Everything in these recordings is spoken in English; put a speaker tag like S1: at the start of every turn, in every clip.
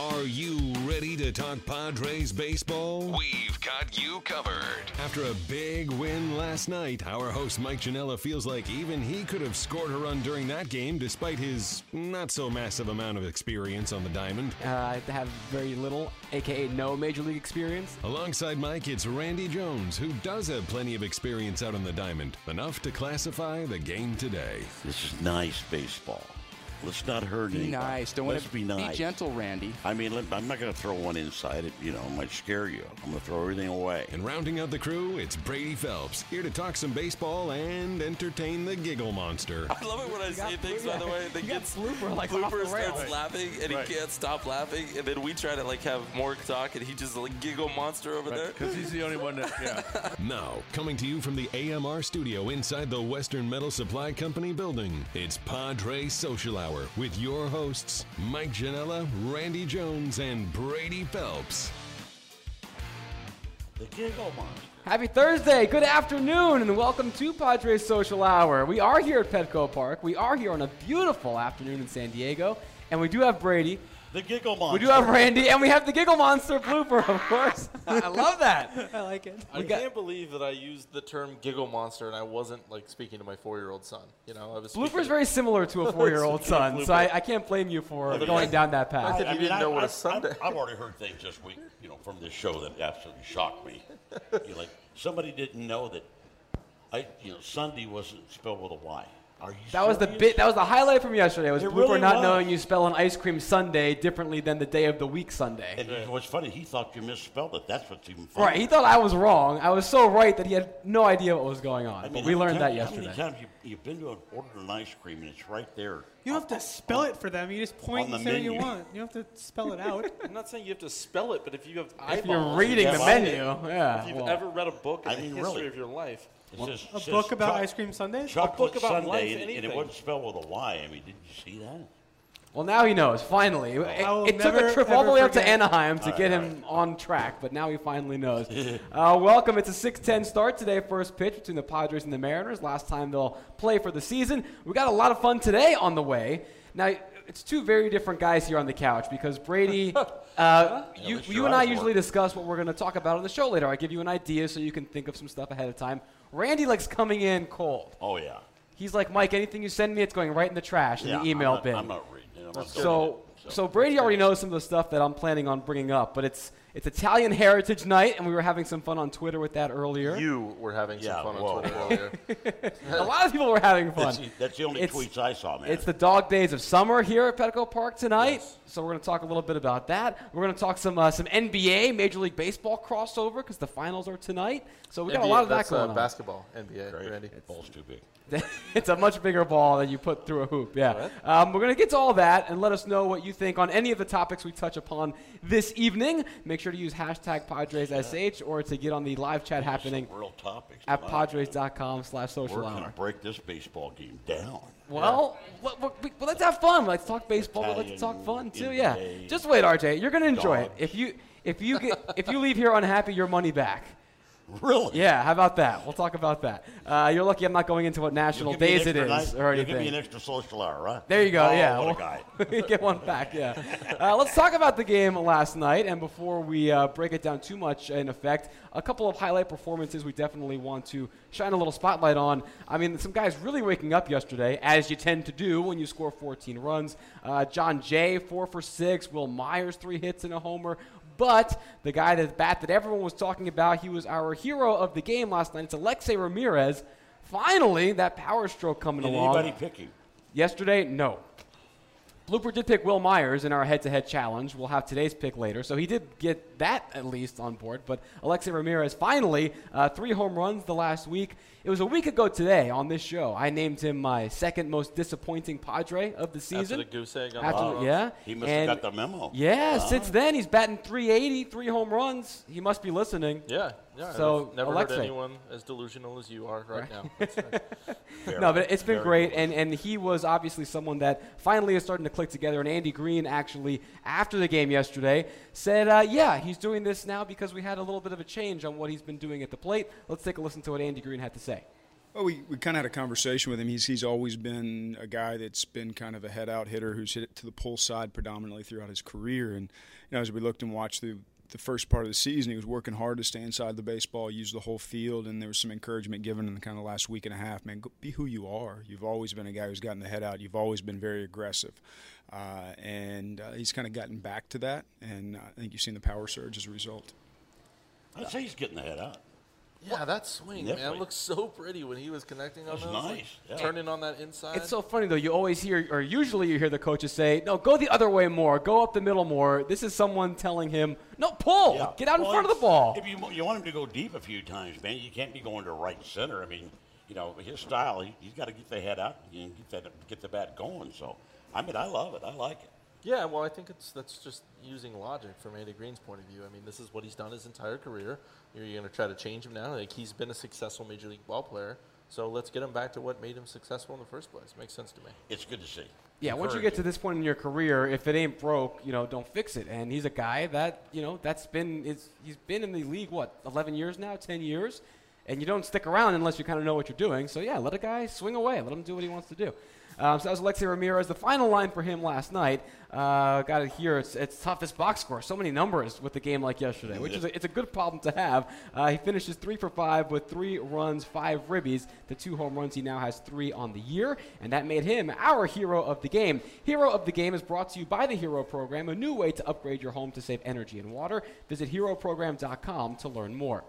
S1: Are you ready to talk Padres baseball?
S2: We've got you covered.
S1: After a big win last night, our host Mike Janella feels like even he could have scored a run during that game despite his not so massive amount of experience on the diamond.
S3: Uh, I have very little, aka no major league experience.
S1: Alongside Mike, it's Randy Jones, who does have plenty of experience out on the diamond, enough to classify the game today.
S4: This is nice baseball. Let's not hurt
S3: Be
S4: anyone.
S3: nice. Don't
S4: Let's
S3: want to
S4: be nice.
S3: gentle, Randy.
S4: I mean, let- I'm not going to throw one inside. It, you know, it might scare you. I'm going to throw everything away.
S1: And rounding out the crew, it's Brady Phelps, here to talk some baseball and entertain the giggle monster.
S5: I love it when I say things. By the way, the
S3: you got
S5: kids
S3: Blooper, like, off the
S5: Blooper
S3: rails.
S5: starts laughing and
S6: Right.
S5: he can't stop laughing, and then we try to like have more talk, and he just like giggle monster over there.
S6: Because he's the only one that, yeah.
S1: Now, coming to you from the AMR studio inside the Western Metal Supply Company building, it's Padre Social Hour with your hosts, Mike Janella, Randy Jones, and Brady Phelps.
S4: The giggle monster.
S3: Happy Thursday, good afternoon, and welcome to Padres Social Hour. We are here at Petco Park. We are here on a beautiful afternoon in San Diego, and we do have Brady.
S4: The giggle monster.
S3: We do have Randy, and we have the Giggle Monster blooper, of course. I love that. I like it.
S5: I can't believe that I used the term giggle monster and I wasn't like speaking to my four-year-old son. You know, I was.
S3: Blooper's very similar to a four-year-old son, so I, I can't blame you for going down that path.
S5: I, you didn't know what a Sunday.
S4: I've, I've already heard things this week, you know, from this show that absolutely shocked me. you know, like somebody didn't know that, I, you know, Sunday wasn't spelled with a Y. Are you?
S3: That was the
S4: serious?
S3: bit. That was the highlight from yesterday. Was
S4: It
S3: Blooper
S4: really
S3: not
S4: was.
S3: knowing you spell an ice cream Sunday differently than the day of the week Sunday?
S4: And it was funny. He thought you misspelled it. That's what's even funny.
S3: Right. He thought I was wrong. I was so right that he had no idea what was going on.
S4: I
S3: but
S4: mean,
S3: we
S4: how
S3: learned that
S4: many-
S3: yesterday.
S4: How many times you, you've been to an order an ice cream and it's right there?
S7: You don't have to spell it for them. You just point
S4: on
S7: and
S4: the
S7: say what you
S4: menu.
S7: want. You don't have to spell it out.
S5: I'm not saying you have to spell it, but if you have,
S3: If you're
S5: eyeballs,
S3: reading
S4: Yeah,
S3: the
S4: well,
S3: menu,
S5: if
S3: yeah.
S5: you've
S3: well,
S5: ever read a book in
S4: I
S5: the
S4: mean,
S5: history
S4: really.
S5: of your life,
S4: It says,
S7: A
S4: says
S7: book about
S4: choc-
S7: ice cream sundaes.
S4: Chocolate
S5: about
S4: Sunday,
S5: life,
S4: and, and it
S5: anything.
S4: wasn't spelled with a Y. I mean, didn't you see that?
S3: well, now he knows. Finally, it,
S7: will
S3: it took a
S7: never,
S3: trip all the
S7: ever
S3: way up to
S7: forget.
S3: Anaheim
S4: Oh,
S3: to get him on track, but now he finally knows. uh, welcome. It's a 6-10 start today. First pitch between the Padres and the Mariners. Last time they'll play for the season. We got a lot of fun today on the way. Now. It's two very different guys here on the couch because Brady, uh, you,
S4: least
S3: you
S4: your
S3: and I
S4: eyes work.
S3: usually discuss what we're going to talk about on the show later. I give you an idea so you can think of some stuff ahead of time. Randy likes coming in cold.
S4: Oh yeah.
S3: He's like, Mike, anything you send me, it's going right in the trash in
S4: yeah,
S3: the email
S4: I'm not,
S3: bin.
S4: I'm not reading. it. I'm not
S3: so,
S4: doing it.
S3: so Brady already knows some of the stuff that I'm planning on bringing up, but it's it's Italian Heritage Night, and we were having some fun on Twitter with that earlier.
S5: you were having some
S4: Yeah,
S5: fun
S4: whoa.
S5: on Twitter earlier.
S3: a lot of people were having fun.
S4: That's, the- that's the only
S3: It's-
S4: tweets I saw, man.
S3: It's the dog days of summer here at Petco Park tonight. So we're going to talk a little bit about that. We're going to talk some uh, some NBA, Major League Baseball crossover because the finals are tonight. So we got a lot of that
S5: that's, uh,
S3: going on.
S5: basketball, NBA, Randy.
S4: Ball's too big.
S3: it's a much bigger ball that you put through a hoop. Yeah. Um, we're going to get to all that and let us know what you think on any of the topics we touch upon this evening. Make sure to use hashtag PadresSH or to get on the live chat happening
S4: Some real topics.
S3: at
S4: Wow.
S3: padres.com slash
S4: We're
S3: social
S4: going to
S3: hour.
S4: break this baseball game down.
S3: Well, let- let- we- well, let's have fun. Let's talk baseball. but Let's talk fun
S4: Italian,
S3: too.
S4: NBA,
S3: Yeah. Just wait, RJ. You're going to enjoy it.
S4: Dodge.
S3: If you if you get if you leave here unhappy, your money back.
S4: Really?
S3: Yeah. How about that? We'll talk about that. Uh, you're lucky I'm not going into what
S4: You'll
S3: national
S4: give me an
S3: days it
S4: extra
S3: is
S4: night-
S3: or
S4: you'll
S3: anything.
S4: Give me an extra social hour, right?
S3: There you go.
S4: Oh,
S3: yeah,
S4: What a
S3: well-
S4: guy.
S3: get one back. Yeah. Uh, let's talk about the game last night, and before we uh, break it down too much, in effect, a couple of highlight performances we definitely want to shine a little spotlight on. I mean, some guys really waking up yesterday, as you tend to do when you score 14 runs. Uh, John Jay, four for six. Will Myers, three hits and a homer. But the guy that bat that everyone was talking about, he was our hero of the game last night. It's Alexei Ramirez. Finally, that power stroke coming
S4: Did
S3: along.
S4: anybody pick him?
S3: Yesterday, no. Blooper did pick Will Myers in our head-to-head challenge. We'll have today's pick later, so he did get that at least on board. But Alexi Ramirez finally uh, three home runs the last week. It was a week ago today on this show. I named him my second most disappointing Padre of the
S5: After
S3: season.
S5: the goose egg on
S3: After-
S5: the Royals.
S3: yeah,
S4: He must
S3: and-
S4: have got the memo.
S3: Yeah, since then he's batting 380, three home runs. He must be listening.
S5: Yeah, yeah.
S3: So,
S5: I've never
S3: Alexei.
S5: heard anyone as delusional as you are right, now. That's right.
S4: Very-
S3: No, but it's been
S4: very
S3: great,
S4: good.
S3: and, and he was obviously someone that finally is starting to click together. And Andy Green actually, after the game yesterday, said, uh, "Yeah, he's doing this now because we had a little bit of a change on what he's been doing at the plate." Let's take a listen to what Andy Green had to say.
S8: Well, we, we kind of had a conversation with him. He's he's always been a guy that's been kind of a head out hitter who's hit it to the pull side predominantly throughout his career. And you know, as we looked and watched through the first part of the season, he was working hard to stay inside the baseball, use the whole field, and there was some encouragement given in the kind of last week and a half. Man, go, be who you are. You've always been a guy who's gotten the head out. You've always been very aggressive, uh, and uh, he's kind of gotten back to that. And uh, I think you've seen the power surge as a result.
S4: I'd say he's getting the head out.
S5: Yeah, that swing, man,
S4: Definitely.
S5: looked so pretty when he was connecting on
S4: That was
S5: those. like,
S4: nice, yeah.
S5: Turning on that inside.
S4: Uh,
S3: It's so funny though. You always hear, or usually you hear the coaches say, "No, go the other way more. Go up the middle more." This is someone telling him, "No, pull.
S4: Yeah.
S3: Oh, Get out
S4: Well,
S3: in front of the
S4: if-
S3: ball."
S4: If you, you want him to go deep a few times, man, you can't be going to right and center. I mean, you know his style. He, he's got to get the head out and get that get the bat going. So, I mean, I love it. I like it.
S5: Yeah, well, I think it's that's just using logic from Andy Green's point of view. I mean, this is what he's done his entire career. You're going to try to change him now. Like he's been a successful major league ball player, so let's get him back to what made him successful in the first place. Makes sense to me.
S4: It's good to see.
S3: Yeah, once you get to this point in your career, if it ain't broke, you know, don't fix it. And he's a guy that, you know, that's been is he's been in the league what, 11 years now, 10 years, and you don't stick around unless you kind of know what you're doing. So yeah, let a guy swing away, let him do what he wants to do. Um, so that was Alexi Ramirez. The final line for him last night. Uh, got it here. It's, it's toughest box score. So many numbers with a game like yesterday, which is a, it's a good problem to have. Uh, he finishes three for five with three runs, five ribbies. The two home runs he now has three on the year, and that made him our hero of the game. Hero of the Game is brought to you by the Hero Program, a new way to upgrade your home to save energy and water. Visit heroprogram.com to learn more.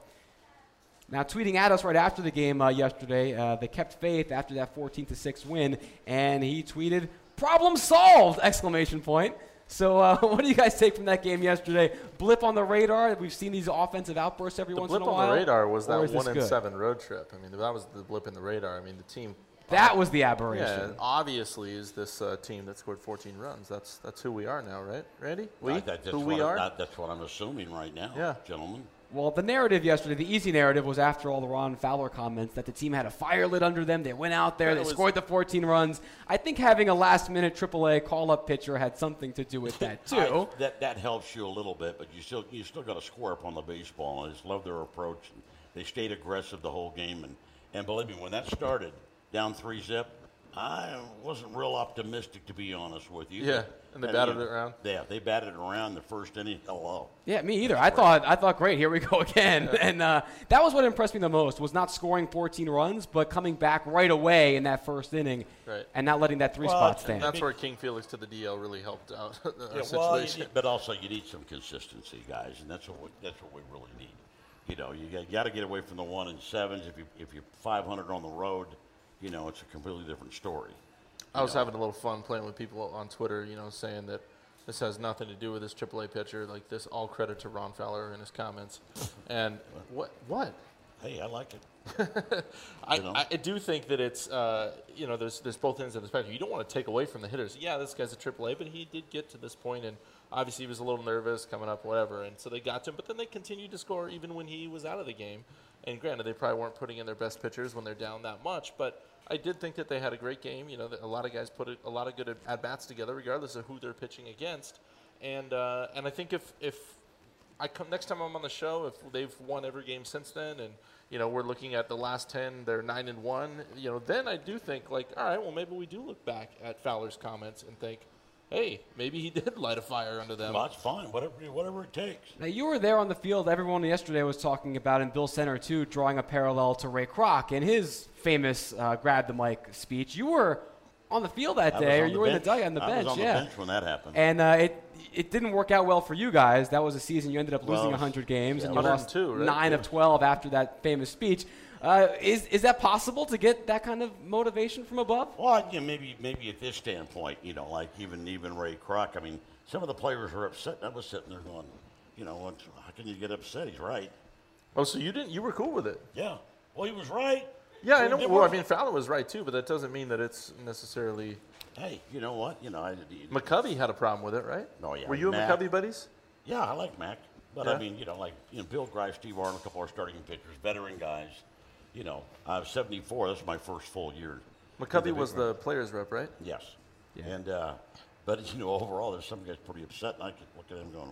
S3: Now, tweeting at us right after the game uh, yesterday, uh, they kept faith after that 14 to 6 win, and he tweeted, "Problem solved!" Exclamation point. So, uh, what do you guys take from that game yesterday? Blip on the radar. We've seen these offensive outbursts every
S5: The
S3: once
S5: blip
S3: in a while.
S5: on the radar was
S3: or
S5: that
S3: is this
S5: one and
S3: good?
S5: seven road trip. I mean, that was the blip in the radar. I mean, the team.
S3: That was the aberration.
S5: Yeah, obviously, is this uh, team that scored 14 runs. That's that's who we are now, right, Randy? We
S4: I- that- that's
S5: who
S4: what
S5: we
S4: I-
S5: are.
S4: that- that's what I'm assuming right now,
S5: Yeah.
S4: gentlemen.
S3: Well, the narrative yesterday, the easy narrative, was after all the Ron Fowler comments that the team had a fire lit under them. They went out there,
S5: That
S3: they
S5: was-
S3: scored the 14 runs. I think having a last minute AAA call up pitcher had something to do with that, too.
S4: I- that that helps you a little bit, but you still you still got to score up on the baseball. And I just love their approach. And they stayed aggressive the whole game, and and believe me, when that started down three zip, I wasn't real optimistic to be honest with you.
S5: Yeah, and they batted it around.
S4: Yeah, they batted it around the first inning. Hello.
S3: Yeah, me either. I thought I thought great. Here we go again, and uh, that was what impressed me the most was not scoring 14 runs, but coming back right away in that first inning,
S5: Right.
S3: and not letting that three
S4: Well,
S3: spot
S4: and
S3: stand.
S5: that's where King Felix to the DL really helped out our
S4: Yeah, well, you
S5: situation.
S4: need, but also you need some consistency, guys, and that's what we, that's what we really need. You know, you got, got to get away from the one and sevens. If you if you're 500 on the road, you know it's a completely different story.
S5: I was having a little fun playing with people on Twitter, you know, saying that this has nothing to do with this AAA pitcher. Like this, all credit to Ron Fowler and his comments. And what? What?
S4: Hey, I like it.
S5: I,
S4: You know?
S5: I, I do think that it's uh, you know there's there's both ends of the spectrum. You don't want to take away from the hitters. Yeah, this guy's a AAA, but he did get to this point, and obviously he was a little nervous coming up, whatever. And so they got to him, but then they continued to score even when he was out of the game. And granted, they probably weren't putting in their best pitchers when they're down that much, but I did think that they had a great game. You know, that a lot of guys put a, a lot of good at bats together, regardless of who they're pitching against. And uh, and I think if if I come next time I'm on the show. If they've won every game since then, and you know we're looking at the last ten, they're nine and one. You know, then I do think like, all right, well maybe we do look back at Fowler's comments and think, hey, maybe he did light a fire under
S3: Um,
S5: them.
S4: Well, that's fine. Whatever whatever it takes.
S3: Now you were there on the field. Everyone yesterday was talking about, and Bill Center too, drawing a parallel to Ray Kroc in his famous uh, grab the mic speech. You were on the field that
S4: I was
S3: day,
S4: on
S3: or
S4: the
S3: you were in the
S4: bench.
S3: dugout on the
S4: I
S3: bench.
S4: was on
S3: yeah,
S4: the bench when that happened.
S3: and uh, it it didn't work out well for you guys. That was a season you ended up losing
S4: Well,
S3: 100 games,
S5: yeah,
S3: and you lost
S5: 102, right?
S3: nine of 12 after that famous speech. Uh, is is that possible to get that kind of motivation from above?
S4: Well, yeah, maybe maybe at this standpoint, you know, like even even Ray Kroc. I mean, some of the players were upset. and I was sitting there going, you know, what- how can you get upset? He's right.
S5: oh, so you didn't? You were cool with it?
S4: Yeah. Well, he was right.
S5: Yeah,
S4: He
S5: I know.
S4: did
S5: Well, I
S4: work.
S5: mean Fowler was right too, but that doesn't mean that it's necessarily.
S4: hey, you know what? You know, I,
S5: McCovey had a problem with it, right?
S4: No, Oh, yeah,
S5: Were you
S4: Matt-
S5: and McCovey buddies?
S4: yeah, I like Mac, but
S5: Yeah.
S4: I mean, you know, like you know, Bill Grice, Steve Arnold, a couple of starting pitchers, veteran guys. You know, I was 74. That's my first full year.
S5: McCovey
S4: big
S5: was
S4: one.
S5: the players rep, right?
S4: Yes. And uh, but you know, overall, there's some guys pretty upset, and I could look at them going,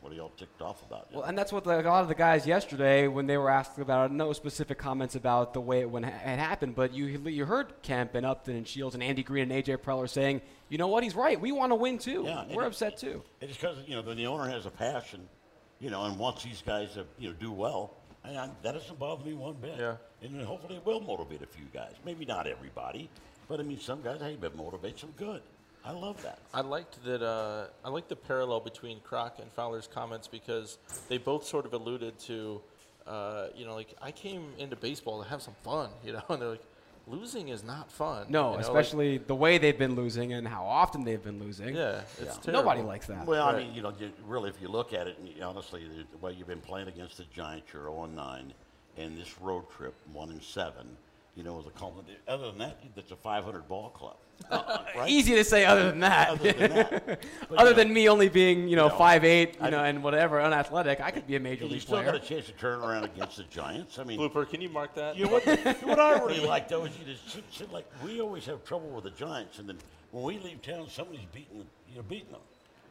S4: What are y'all ticked off about?
S3: Well, and that's what like, a lot of the guys yesterday, when they were asked about it, no specific comments about the way it, when it happened, but you you heard Kemp and Upton and Shields and Andy Green and AJ Preller saying, you know what, he's right. We want to win too.
S4: Yeah, and
S3: we're
S4: it-
S3: upset too.
S4: It's because you know when the owner has a passion, you know, and wants these guys to you know do well. And I, that doesn't bother me one bit.
S5: Yeah.
S4: And then hopefully it will motivate a few guys. Maybe not everybody, but I mean some guys. Hey, it motivates them good. I love that.
S5: I liked that. Uh, I liked the parallel between Croc and Fowler's comments because they both sort of alluded to, uh, you know, like I came into baseball to have some fun, you know, and they're like, losing is not fun.
S3: No,
S5: you know, like-
S3: especially the way they've been losing and how often they've been losing.
S5: yeah, it's terrible.
S3: Nobody likes that.
S4: Well, I mean, you know, you- really, if you look at it, and you- honestly, the, the way you've been playing against the Giants, you're 0 9, and this road trip, 1 and 7, you know, was a compliment. Other than that, that's a 500 ball club. Uh, right?
S3: Easy to say other than that.
S4: Other than that. But,
S3: Other
S4: you know,
S3: than me only being, you know,
S4: know,
S3: five eight, you
S4: I
S3: know,
S4: mean-
S3: and whatever, unathletic, I could be a major
S4: You
S3: league
S4: still
S3: player.
S4: got a chance to turn around against the Giants. I mean,
S5: Blooper, can you mark that?
S4: You know what? what I really like though is you just sit, sit like we always have trouble with the Giants, and then when we leave town, somebody's beating you know beating them.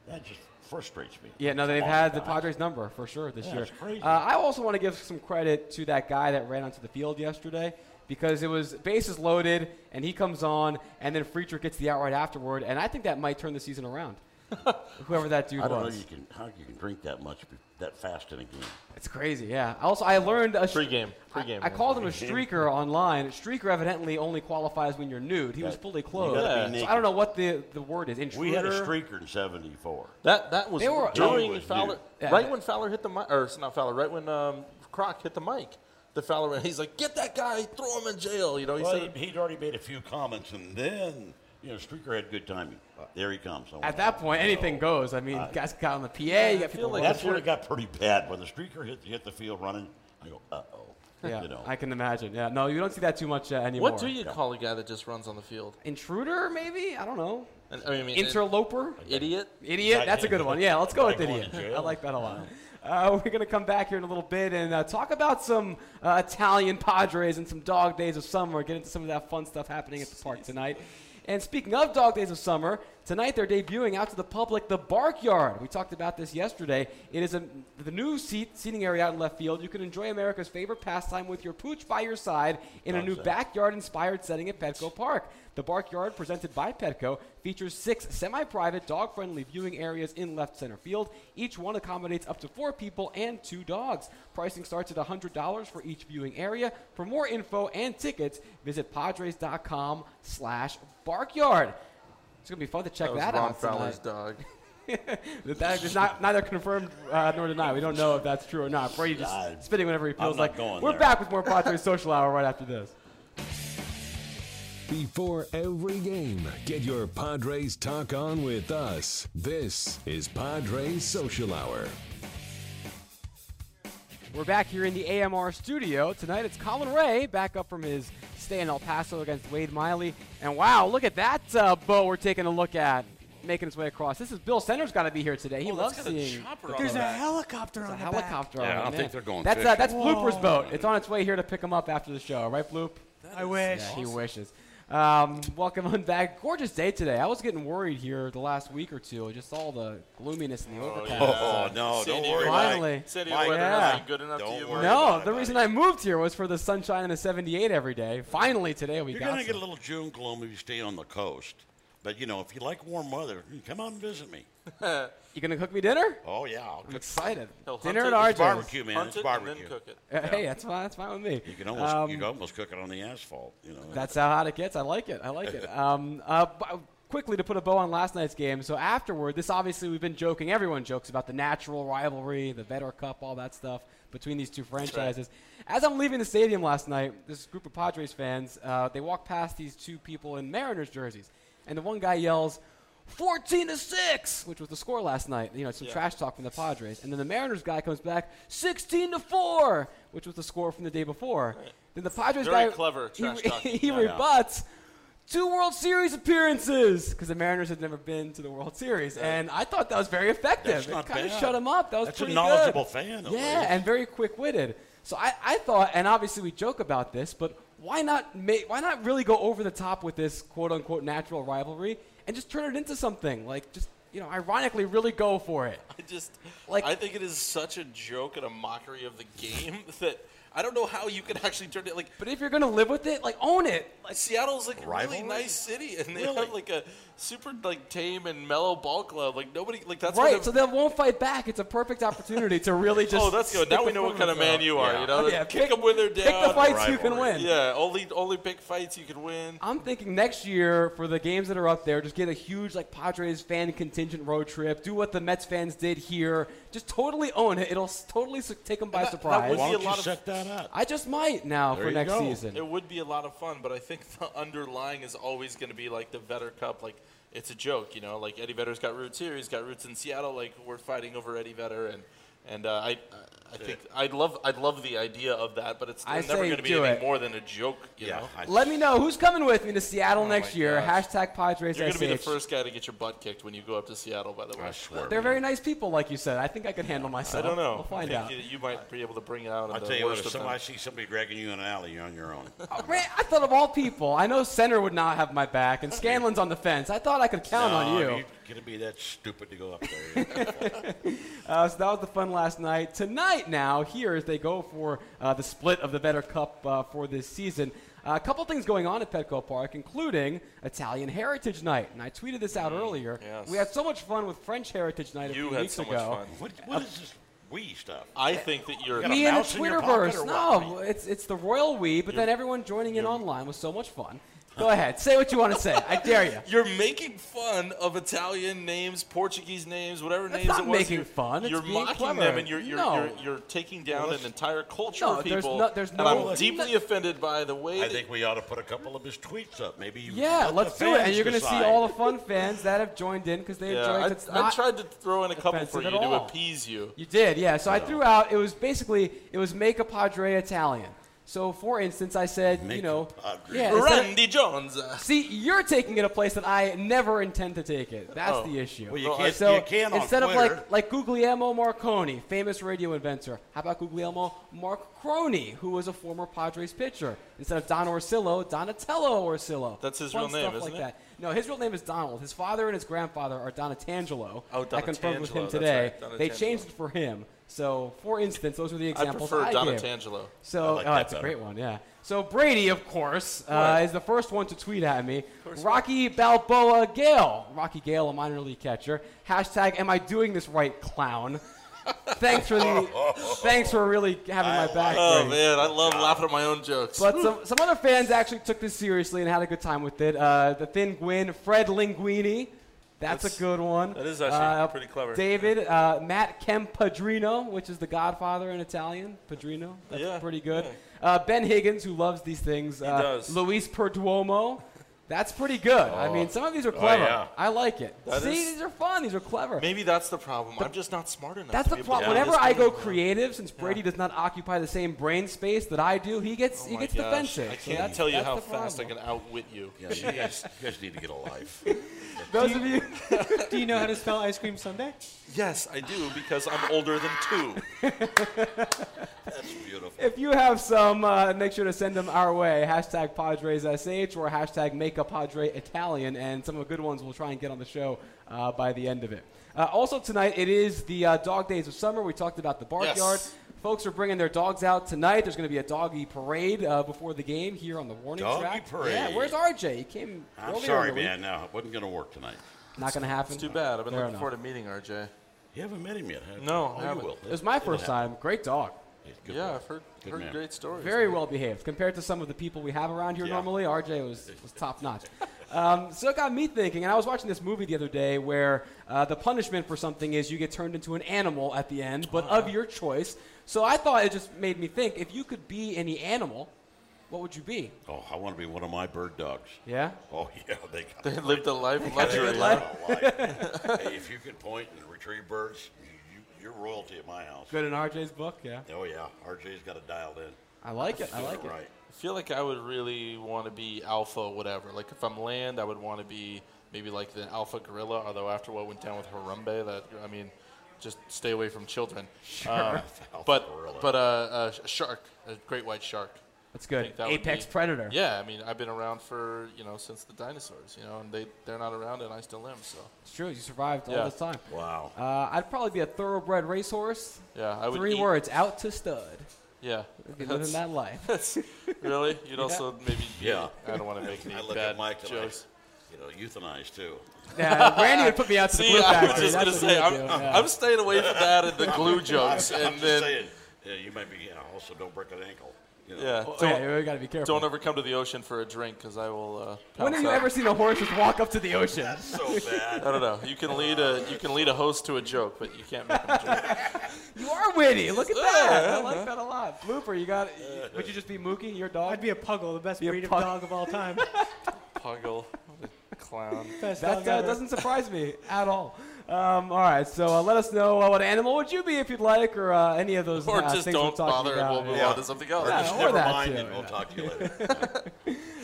S4: That just frustrates me.
S3: Yeah, no, they've
S4: Come on,
S3: had the
S4: guys.
S3: Padres number for sure this
S4: Yeah,
S3: year.
S4: it's crazy.
S3: Uh, I also want to give some credit to that guy that ran onto the field yesterday because it was bases loaded, and he comes on, and then Freecher gets the out right afterward, and I think that might turn the season around. Whoever that dude
S4: I don't know
S3: was,
S4: you can how you can drink that much be- that fast in a game.
S3: it's crazy. Yeah. Also, I learned a
S5: Pre-game, pre-game.
S3: I, I called him a streaker online. Streaker evidently only qualifies when you're nude. He was
S4: That-
S3: fully
S4: you
S3: clothed.
S4: gotta be
S5: Yeah.
S4: naked.
S3: So I don't know what the, the word is. Intruder.
S4: We had a streaker in '74.
S5: That that was
S3: They were-
S5: during
S4: They was
S5: Fowler,
S4: new.
S3: Yeah.
S5: right when Fowler hit the mic, or it's not Fowler, right when um, Croc hit the mic. The Fowler and he's like, "Get that guy, throw him in jail." You know, he
S4: Well,
S5: said,
S4: he'd, he'd already made a few comments, and then you know Streaker had good timing. There he comes. I
S3: At
S4: went,
S3: that point,
S4: "Oh,
S3: anything
S4: no." Uh,
S3: goes. I mean, guys got on the PA. You got
S5: feel
S3: people
S5: like
S4: That's when it got pretty bad when the Streaker hit hit the field running. I go, uh oh.
S3: Yeah,
S4: you know.
S3: I can imagine. Yeah, no, you don't see that too much uh, anymore.
S5: "What do you call a guy that just runs on the field?"
S3: Intruder, maybe? I don't know.
S5: And, I mean,
S3: Interloper?
S5: an idiot.
S3: Idiot? That's a good one. Yeah, let's go with
S4: Like going
S3: idiot.
S4: to jail.
S3: I like that a lot. Uh, we're going to come back here in a little bit and uh, talk about some uh, Italian Padres and some dog days of summer, get into some of that fun stuff happening at the park tonight. And speaking of dog days of summer, tonight they're debuting out to the public the Barkyard. We talked about this yesterday. It is a, the new seat seating area out in left field. You can enjoy America's favorite pastime with your pooch by your side in a new
S4: Nonsense.
S3: backyard inspired setting at Petco Park. The Barkyard, presented by Petco, features six semi private, dog friendly viewing areas in left center field. Each one accommodates up to four people and two dogs. Pricing starts at $100 for each viewing area. For more info and tickets, visit padres.com slash barkyard. It's going to be fun to check
S5: That was
S3: that,
S5: Ron
S3: out. tonight.
S5: Fowler's dog.
S3: That is not neither confirmed uh, nor denied. We don't know if that's true or not. Brady just
S4: I-
S3: spitting whenever he feels
S4: not
S3: like.
S4: going
S3: We're
S4: there.
S3: back with more Padres Social Hour right after this.
S1: Before every game, get your Padres talk on with us. This is Padres Social Hour.
S3: We're back here in the AMR studio. Tonight it's Colin Ray back up from his stay in El Paso against Wade Miley. And wow, look at that uh, bow we're taking a look at making its way across. This is Bill Center's got to be here today. He
S6: Oh, that's
S3: loves
S6: got a
S3: seeing
S6: chopper
S3: the
S6: on
S7: There's
S6: the
S7: a
S6: back.
S7: helicopter on
S3: a
S7: the
S3: helicopter.
S6: Yeah,
S3: on
S6: I
S3: it,
S6: don't
S3: man.
S6: think they're going
S3: That's uh,
S6: fishing.
S3: that's
S7: Whoa.
S3: Blooper's boat. It's on its way here to pick him up after the show, right, Bloop?
S7: Back. I wish.
S3: Yeah, he wishes. Um, welcome on back. Gorgeous day today. I was getting worried here the last week or two. Just all the gloominess and the overcast.
S6: Oh, no,
S5: San
S6: don't
S5: Diego-
S6: worry.
S3: Finally.
S6: Mike.
S5: Said he
S6: Mike,
S5: weather
S3: yeah.
S5: wasn't good enough to
S6: Don't
S5: you.
S6: worry.
S3: No,
S6: about
S3: the
S6: it,
S3: reason I moved here was for the sunshine and the 78 every day. Finally, today we
S4: You're
S3: got.
S4: going to get a
S3: some.
S4: little June gloom if you stay on the coast. But, you know, if you like warm weather, hmm, come out and visit me.
S3: you gonna cook me dinner?
S4: Oh, yeah. I'll
S3: I'm
S4: cook
S3: excited.
S5: He'll hunt
S3: Dinner
S5: it
S3: at
S5: with
S3: RJ's.
S4: barbecue, man.
S5: Hunt
S4: It's
S5: it and then
S4: barbecue.
S5: cook it.
S3: Uh, Hey, that's fine. That's fine with me.
S4: You can almost,
S3: Um,
S4: you can almost cook it on the asphalt, you know.
S3: That's how hot it gets. I like it. I like it. Um, uh, b- uh, quickly to put a bow on last night's game. So afterward, this obviously we've been joking. Everyone jokes about the natural rivalry, the Vetter Cup, all that stuff between these two franchises. As I'm leaving the stadium last night, this group of Padres fans uh, they walk past these two people in Mariners jerseys, and the one guy yells. 14 to 6, which was the score last night. You know, some trash talk from the Padres. And then the Mariners guy comes back 16 to 4, which was the score from the day before. Then the Padres
S5: Very
S3: guy
S5: clever
S3: he-
S5: trash talking.
S3: he rebuts two World Series appearances because the Mariners had never been to the World Series, and I thought that was very effective.
S4: That's not
S3: it kind of
S4: bad.
S3: shut him up. That was
S4: That's a
S3: pretty
S4: knowledgeable
S3: good.
S4: fan, at
S3: Yeah,
S4: least.
S3: and very quick-witted. So I, I thought, and obviously we joke about this, but why not ma- why not really go over the top with this quote-unquote natural rivalry and just turn it into something like just you know, ironically, really go for it.
S5: I just
S3: Like-
S5: like I think it is such a joke and a mockery of the game that I don't know how you could actually turn it like
S3: But if you're gonna live with it, like own it. Like,
S5: Seattle's like a
S4: Rivalry?
S5: really nice city and they have like a super like tame and mellow ball club. Like nobody like that's
S3: right,
S5: what
S3: so they won't fight back. It's a perfect opportunity to really just.
S5: Oh, that's good.
S3: stick
S5: Now we
S3: with
S5: know what kind of
S3: Roosevelt.
S5: man you are, you know.
S3: Yeah,
S5: kick
S3: pick-
S5: them when they're down.
S3: Pick the fights you can
S4: rivalry.
S3: win.
S5: Yeah, only only big fights you can win.
S3: I'm thinking next year for the games that are up there, just get a huge like Padres fan contingent road trip. Do what the Mets fans did here. Just totally own it. It'll s- totally su- take them by surprise.
S5: would
S4: Why
S5: be a
S4: don't you
S5: lot of-
S4: set that up?
S3: I just might now
S4: There
S3: for
S4: you
S3: next
S4: go.
S3: season.
S5: It would be a lot of fun, but I think the underlying is always going to be like the Vetter Cup. Like it's a joke, you know. Like Eddie Vetter's got roots here. He's got roots in Seattle. Like we're fighting over Eddie Vetter, and and uh, I I think I'd love I'd love the idea of that, but it's
S3: I
S5: never
S3: say
S5: going to be
S3: do
S5: anything
S3: it.
S5: more than a joke. You
S4: Yeah,
S5: know,
S4: I-
S3: Let me know who's coming with me to Seattle next
S5: Oh my
S3: year.
S5: gosh.
S3: Hashtag Padres
S5: you're going to be the
S3: SH.
S5: first guy to get your butt kicked when you go up to Seattle. By the way,
S4: I swear.
S3: They're very nice people, like you said. I think I could handle
S5: I
S3: myself.
S5: don't know.
S3: We'll find
S5: I think
S3: out.
S5: You, you might be able to bring it out. in
S4: I'll
S5: the
S4: tell you what,
S5: worst
S4: if
S5: of them.
S4: somebody, I see somebody dragging you in an alley, you're on your own.
S3: Oh, man, I thought of all people. I know Center would not have my back, and Scanlon's on the fence. I thought I could count on you.
S4: You're going to be that stupid to go up there.
S3: Uh, so that was the fun last night. Tonight, now here as they go for uh, the split of the Better Cup uh, for this season. Uh, a couple things going on at Petco Park, including Italian Heritage Night, and I tweeted this
S4: Mm,
S3: out earlier.
S5: yes.
S3: We had so much fun with French Heritage Night a
S5: You
S3: few
S5: had
S3: weeks
S5: so
S3: ago.
S5: much fun.
S4: what, what is this wee stuff?
S5: I think that you're.
S4: Got a
S3: Me and the
S4: mouse in your pocket
S3: Twitterverse.
S4: or
S3: No,
S4: what?
S3: it's it's the royal we, but then everyone joining in online was so much fun. Go ahead, say what you want to say. I dare you.
S5: You're making fun of Italian names, Portuguese names, whatever
S3: That's
S5: names
S3: not
S5: it was.
S3: making
S5: You're-
S3: fun. It's
S5: You're
S3: being
S5: mocking
S3: clever.
S5: them, and you're you're,
S3: No.
S5: you're you're taking down an entire culture
S3: No,
S5: of
S3: there's
S5: people.
S3: no- there's
S5: and
S3: no-
S5: I'm deeply offended by the way.
S4: I
S5: that-
S4: think we ought to put a couple of his tweets up. Maybe you
S3: Yeah,
S4: let
S3: let's
S4: the
S3: do it. And
S4: fans
S3: you're going to see
S4: decide.
S3: all the fun fans that have joined in because they enjoyed
S5: yeah,
S3: it. It's
S5: I, I
S3: not-
S5: tried to throw in a couple for
S3: offensive
S5: you
S3: at
S5: to
S3: all.
S5: appease you.
S3: You did, yeah. So I threw out. It was basically it was make a Padre Italian. So for instance, I said, you
S4: Make
S3: know,
S4: a Padre.
S3: yeah. instead of-
S5: Randy Jones. uh,
S3: see, you're taking it a place that I never intend to take it. That's
S5: Oh.
S3: the issue.
S4: Well, you can't,
S3: so
S4: you can on
S3: instead of
S4: Twitter.
S3: like like Guglielmo Marconi, famous radio inventor, how about Guglielmo Mark Crony, who was a former Padres pitcher? Instead of Don Orsillo, Donatello Orsillo.
S5: That's his
S3: Fun
S5: real name,
S3: stuff
S5: isn't
S3: like
S5: it?
S3: That. No, his real name is Donald. His father and his grandfather are Donatangelo.
S5: Oh,
S3: I confirmed with him
S5: Donatangelo, that's
S3: today.
S5: right,
S3: They
S5: Donatangelo.
S3: changed it for him. So, for instance, those were the
S5: I
S3: examples
S5: prefer
S3: I gave.
S5: Donatangelo.
S3: So,
S4: I like
S3: oh,
S4: that
S3: that's a
S4: better.
S3: great one, yeah. So Brady, of course, uh, is the first one to tweet at me. Rocky Balboa Gale, Rocky Gale, a minor league catcher. Hashtag, am I doing this right, clown? thanks for the, thanks for really having my back.
S5: Oh
S3: Brady.
S5: man, I love laughing at my own jokes.
S3: But some, some other fans actually took this seriously and had a good time with it. Uh, the Thin Gwyn, Fred Linguini. That's,
S5: That's-
S3: a good one. Uh,
S5: that is actually pretty clever.
S3: David, uh, Matt Kempadrino, which is the godfather in Italian. Padrino. That's
S5: Yeah,
S3: pretty good. Uh, ben Higgins, who loves these things. uh,
S5: does. Oh.
S3: Luis Perduomo. That's pretty good. I mean, some of these are clever.
S4: yeah.
S3: I like it.
S5: That
S3: See,
S5: is-
S3: these are fun. These are clever.
S5: Maybe that's the problem. I'm just not smart enough.
S3: That's
S5: to
S3: the
S5: be able
S3: problem.
S5: to do
S3: Whenever
S5: this
S3: I go
S5: game, you know?
S3: creative, since Brady does not occupy the same brain space that I do, he gets
S5: Oh
S3: he
S5: my
S3: gets
S5: gosh,
S3: defensive.
S5: I
S3: So
S5: can't
S3: that's-
S5: tell you
S3: that's
S5: how
S3: the
S5: fast I
S3: problem.
S5: can outwit you.
S4: Yeah, you guys, you guys need to get a life.
S3: Those of you.
S7: Do you know how to spell ice cream sundae?
S5: Yes, I do because I'm older than two.
S4: That's beautiful.
S3: If you have some, uh, make sure to send them our way. Hashtag PadresSH or hashtag Make a Padre Italian, and some of the good ones we'll try and get on the show uh, by the end of it. Uh, also tonight, it is the uh, Dog Days of Summer. We talked about the Barkyard.
S5: Yes.
S3: Folks are bringing their dogs out tonight. There's going to be a doggy parade uh, before the game here on the warning
S4: Doggy
S3: track.
S4: parade.
S3: Yeah, where's RJ? He came
S4: I'm
S3: earlier
S4: sorry,
S3: in the week.
S4: man. No, it wasn't going to work tonight.
S3: Not going to happen.
S5: Too bad. I've been
S3: Fair
S5: looking
S3: enough.
S5: forward to meeting RJ.
S4: You haven't met him yet, have you?
S5: No, I
S4: oh, you
S5: haven't.
S4: will.
S3: It was my first time. Great dog.
S4: Good
S5: yeah,
S4: boy.
S5: I've heard,
S4: Good
S5: heard
S4: man.
S5: great stories.
S3: Very well behaved compared to some of the people we have around here
S4: Yeah.
S3: normally. RJ was, was top notch. Um, so it got me thinking, and I was watching this movie the other day where uh, the punishment for something is you get turned into an animal at the end, but of your choice. So I thought it just made me think if you could be any animal, what would you be?
S4: Oh, I want to be one of my bird dogs.
S3: Yeah?
S4: Oh yeah, they got
S5: They lived a life of
S4: they
S5: luxury.
S4: got a life. hey, if you could point and retrieve birds, you, you, you're royalty at my house.
S3: Good in RJ's book, yeah.
S4: Oh yeah, RJ's got it dialed in.
S3: I like it. I
S4: Doing
S3: like it.
S4: right.
S5: I feel like I would really want to be alpha, whatever. Like if I'm land, I would want to be maybe like the alpha gorilla. Although after what went down with Harambe, that I mean, just stay away from children. Um,
S4: Alpha
S5: but
S3: uh,
S4: gorilla.
S5: but uh, a sh- shark, a great white shark.
S3: That's good.
S5: think that would
S9: Apex
S5: be-
S9: Predator.
S5: Yeah, I mean, I've been around for you know since the dinosaurs, you know, and they they're not around, and I still am. So
S3: It's true. You survived
S5: Yeah.
S3: all this time.
S4: Wow.
S3: Uh, I'd probably be a thoroughbred racehorse.
S5: yeah, I would.
S3: Three
S5: eat-
S3: words: out to stud.
S5: Yeah.
S3: I'd be living that life.
S5: That's- really? You'd also maybe.
S4: Yeah.
S5: I don't want to make any
S4: I look
S5: bad
S4: at Mike and I,
S5: jokes.
S4: you know, euthanize too.
S3: Yeah, Randy would put me out to the
S5: See,
S3: glue
S5: I was
S3: factory.
S5: just gonna
S3: That's what
S5: say
S3: he
S5: I'm,
S3: would do, yeah.
S5: I'm staying away from that and the glue jokes,
S4: I'm
S5: and
S4: just
S5: then
S4: saying, yeah, you might be. Yeah, also, don't break an ankle. You know.
S5: yeah,
S3: Oh,
S5: don't,
S3: yeah, we gotta be careful.
S5: don't ever come to the ocean for a drink because I will. Uh,
S3: when
S5: pounce
S3: have you
S5: out.
S3: ever seen a horse just walk up to the ocean?
S4: So bad.
S5: I don't know. You can lead a you can lead a host to a joke, but you can't make them drink.
S3: You are witty. Look at that. I like that a lot. Blooper, you
S5: Uh,
S3: got. Would you just be Mookie, your dog?
S7: I'd be a puggle, the best
S3: Be a
S7: breed of
S3: pug-
S7: dog of all time.
S5: Puggle, what a clown.
S7: best
S3: That
S7: dog
S3: uh,
S7: ever.
S3: doesn't surprise me at all. Um, all right, so uh, let us know uh, what animal would you be if you'd like, or uh, any of those
S5: Or
S3: uh,
S5: just
S3: things we're
S5: don't
S3: talking
S5: bother, and
S3: about.
S5: we'll move
S4: Yeah.
S5: on to something else.
S3: Or
S4: Just
S3: or
S4: never
S3: that
S4: mind,
S3: too,
S4: and we'll
S3: yeah.
S4: talk to you later.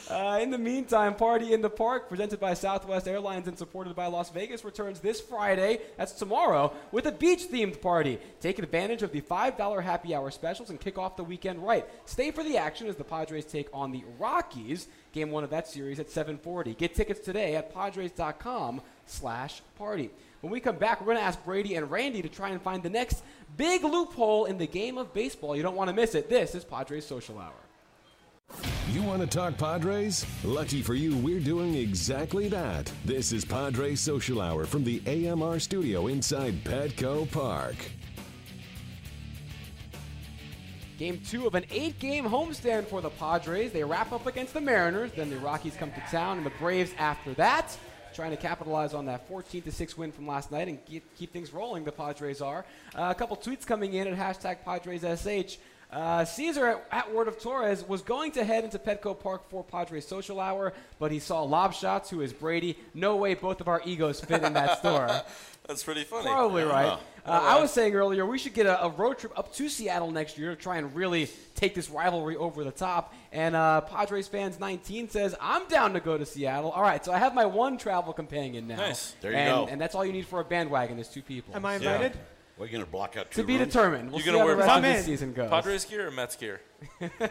S3: Uh, in the meantime, Party in the Park, presented by Southwest Airlines and supported by Las Vegas, returns this Friday, that's tomorrow, with a beach themed party. Take advantage of the $5 happy hour specials and kick off the weekend right. Stay for the action as the Padres take on the Rockies, game one of that series at 740. Get tickets today at padres.com slash party. When we come back, we're going to ask Brady and Randy to try and find the next big loophole in the game of baseball. You don't want to miss it. This is Padres Social Hour.
S1: You want to talk Padres? Lucky for you, we're doing exactly that. This is Padres Social Hour from the AMR studio inside Petco Park.
S3: Game two of an eight game homestand for the Padres. They wrap up against the Mariners, then the Rockies come to town, and the Braves after that. Trying to capitalize on that 14 to 6 win from last night and keep, keep things rolling, the Padres are. Uh, a couple tweets coming in at hashtag PadresSH. Uh, Caesar at, at Word of Torres was going to head into Petco Park for Padres Social Hour, but he saw lob shots. Who is Brady? No way both of our egos fit in that store.
S5: That's pretty funny.
S3: Probably right. Uh, I was saying earlier we should get a, a road trip up to Seattle next year to try and really take this rivalry over the top. And uh, Padres fans 19 says I'm down to go to Seattle. All right, so I have my one travel companion now.
S5: Nice.
S4: There you
S3: and,
S4: go.
S3: and that's all you need for a bandwagon is two people.
S7: Am I invited?
S4: We're gonna block out two
S3: to be
S4: rooms?
S3: determined. We'll
S5: You
S3: see
S5: gonna
S3: how the
S5: wear
S3: rest of
S7: Padres-
S3: this season goes.
S5: Padres gear or Mets gear?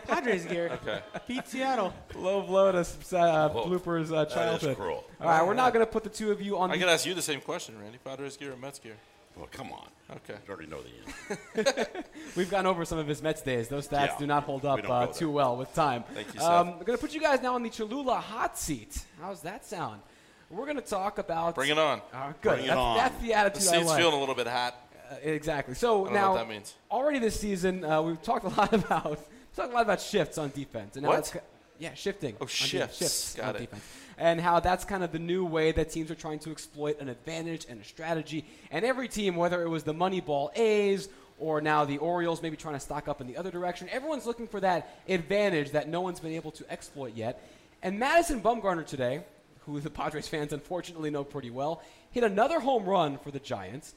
S7: Padres gear. Okay. Beat Seattle.
S3: Low blow to uh, bloopers uh, childhood.
S4: cruel.
S3: All right, we're not going to put the two of you on
S5: I
S3: the
S5: could ask you the same question, Randy. Padres gear or Mets gear?
S4: Well, come on.
S5: Okay.
S4: You already know the answer.
S3: We've gone over some of his Mets days. Those stats
S4: Yeah.
S3: do not hold
S4: We
S3: up
S4: don't
S3: uh,
S4: go there.
S3: too well with time.
S5: Thank
S3: Um,
S5: you, Seth.
S3: I'm going to put you guys now in the Cholula hot seat. How's that sound? We're going to talk about.
S5: Bring it on.
S3: Uh, good.
S4: Bring it
S3: that's,
S4: on.
S3: that's the
S5: The
S3: attitude I
S5: seat's
S3: like.
S5: feeling a little bit hot.
S3: Uh, exactly. So
S5: I don't know
S3: now,
S5: what that means.
S3: already this season, uh, we've talked a lot about we've talked a lot about shifts on defense. And now
S5: What? Oh,
S3: it's ki- yeah, shifting. on de-
S5: shifts.
S3: shifts
S5: Got
S3: on
S5: it.
S3: defense. And how that's kind of the new way that teams are trying to exploit an advantage and a strategy. And every team, whether it was the Moneyball A's or now the Orioles maybe trying to stock up in the other direction, everyone's looking for that advantage that no one's been able to exploit yet. And Madison Bumgarner today, who the Padres fans unfortunately know pretty well, hit another home run for the Giants.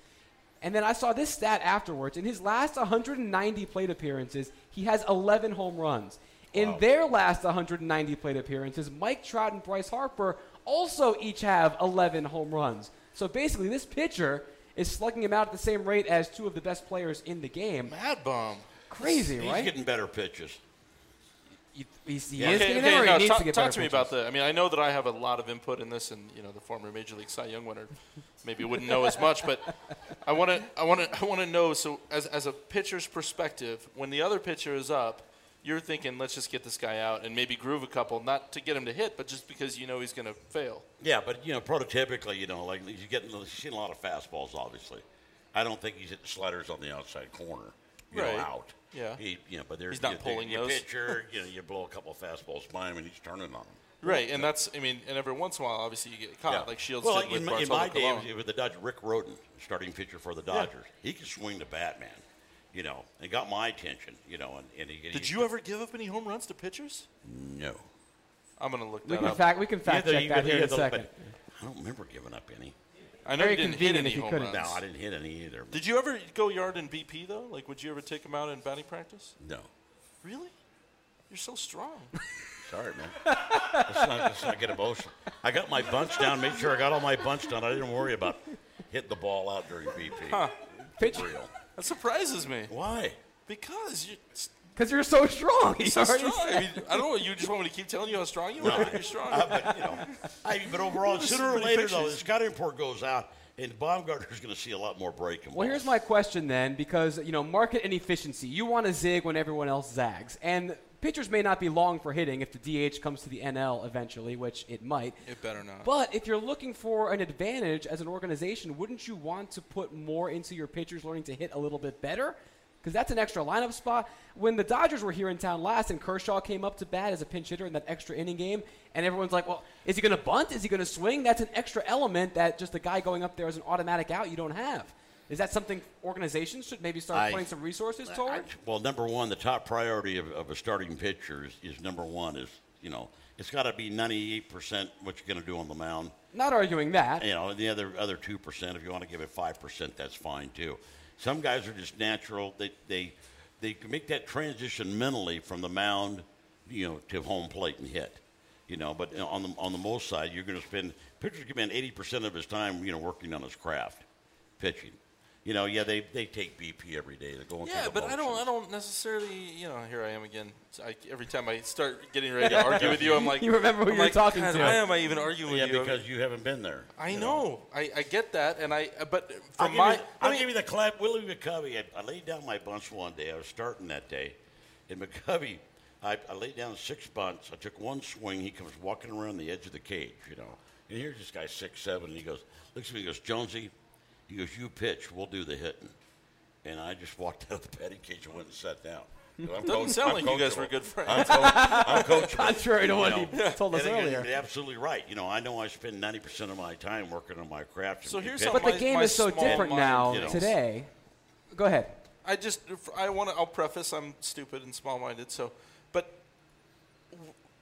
S3: And then I saw this stat afterwards. In his last 190 plate appearances, he has 11 home runs. In their last 190 plate appearances, Mike Trout and Bryce Harper also each have 11 home runs. So basically, this pitcher is slugging him out at the same rate as two of the best players in the game.
S5: Mad bomb.
S3: Crazy,
S4: He's
S3: right?
S4: getting better pitches.
S3: You- he's- he is getting there, or
S5: no,
S3: he needs
S5: talk,
S3: to get
S5: talk
S3: better
S5: to me
S3: pitches?
S5: about that. I mean, I know that I have a lot of input in this, and you know, the former Major League Cy Young winner maybe wouldn't know as much, but I want to, I want to, I want to know. So, as as a pitcher's perspective, when the other pitcher is up, you're thinking, let's just get this guy out and maybe groove a couple, not to get him to hit, but just because you know he's going to fail.
S4: Yeah, but you know, prototypically, you know, like he's getting he's seen a lot of fastballs. Obviously, I don't think he's hitting sliders on the outside corner. You
S5: Right.
S4: know, out.
S5: Yeah.
S4: He, you know, but there's
S5: He's not
S4: you,
S5: pulling
S4: you
S5: those.
S4: pitcher. you know, you blow a couple of fastballs by him, and he's turning on them.
S5: Right, and that's, I mean, and every once in a while, obviously, you get caught, Ah, like Shields
S4: well,
S5: did
S4: in,
S5: with
S4: my- in
S5: Bartolo
S4: my day, it
S5: Colon.
S4: was, it was the Dodgers. Rick Roden, starting pitcher for the Dodgers, he could swing the bat, man. You know, and got my attention. You know, and, and he
S5: Did you ever give up any home runs to pitchers?
S4: No.
S5: I'm going to look
S3: We
S5: that
S3: can
S5: up.
S3: fact, we can fact
S4: Either
S3: check
S4: you
S3: that
S4: could-
S3: here in
S4: yeah,
S3: a
S4: the-
S3: second.
S4: but I don't remember giving up any.
S5: I know
S3: very
S5: you didn't hit
S3: convenient
S5: any
S3: if you
S5: home
S3: couldn't.
S5: runs.
S4: No, I didn't hit any either.
S5: Did you ever go yard in BP though? Like, would you ever take him out in batting practice?
S4: No.
S5: Really? You're so strong.
S4: Sorry, man. let's, not, let's not get emotional. I got my bunch down, made sure I got all my bunch done. I didn't worry about hitting the ball out during BP.
S3: Pitch,
S4: Real.
S5: that surprises me
S4: Why?
S5: because you
S3: Because you're so strong.
S5: He's
S3: You
S5: so
S3: already
S5: strong. I
S3: said-
S5: mean, I don't know. You just want me to keep telling you how strong you are. You're strong.
S4: but, you know, I mean, but overall,
S5: There's
S4: sooner
S5: so
S4: or
S5: many
S4: later, though,
S5: pictures.
S4: this gun import goes out, and Baumgartner's going to see a lot more breaking.
S3: Well, here's my question then, because you know market inefficiency. You want to zig when everyone else zags, and pitchers may not be long for hitting if the DH comes to the NL eventually, which it might.
S5: It better not.
S3: But if you're looking for an advantage as an organization, wouldn't you want to put more into your pitchers learning to hit a little bit better? Because that's an extra lineup spot. When the Dodgers were here in town last and Kershaw came up to bat as a pinch hitter in that extra inning game, and everyone's like, well, is he going to bunt? Is he going to swing? That's an extra element that just the guy going up there as an automatic out you don't have. Is that something organizations should maybe start
S4: I-
S3: putting some resources toward?
S4: Well, number one, the top priority of, of a starting pitcher is, is number one is you know it's got to be ninety eight percent what you're going to do on the mound.
S3: Not arguing that.
S4: You know, and the other other two percent, if you want to give it five percent, that's fine too. Some guys are just natural. They they they can make that transition mentally from the mound, you know, to home plate and hit. You know, but you know, on the on the most side, you're going to spend pitchers can spend eighty percent of his time, you know, working on his craft, pitching. You know, yeah, they, they take BP every day. They're going.
S5: Yeah,
S4: through the
S5: but I don't.
S4: motions.
S5: I don't necessarily. You know, here I am again. So I, every time I start getting ready to argue with you, I'm like,
S3: You remember who
S5: I'm
S3: you're
S5: like,
S3: talking
S5: God,
S3: to."
S5: Why am I even arguing
S4: Yeah,
S5: with you?
S4: because you haven't been there.
S5: I
S4: you
S5: know. I, I get that, and I. But
S4: I'll
S5: from
S4: give
S5: my,
S4: you,
S5: I
S4: I'll
S5: mean,
S4: give you the clap. Willie McCovey. I, I laid down my bunts one day. I was starting that day, and McCovey, I, I laid down six bunts. I took one swing. He comes walking around the edge of the cage, you know. And here's this guy six seven. And he goes, looks at me. He goes, Jonesy, he goes, you pitch. We'll do the hitting. And I just walked out of the batting cage and went and sat down. 'Cause I'm
S5: doesn't
S4: coach-
S5: sound
S4: I'm
S5: like you guys
S4: coachable.
S5: were good friends.
S4: I'm, coach- I'm coachable.
S3: Contrary to what
S4: you
S3: he told us
S4: And again,
S3: earlier.
S4: You're absolutely right. You know, I know I spend 90% of my time working on my craft. and
S5: So here's
S4: pitching.
S5: something
S3: But the
S5: My-
S3: game
S5: my
S3: is so
S5: small
S3: different
S5: mind,
S3: now
S4: you know.
S3: today. Go ahead.
S5: I just I want to. I'll preface. I'm stupid and small-minded. So, but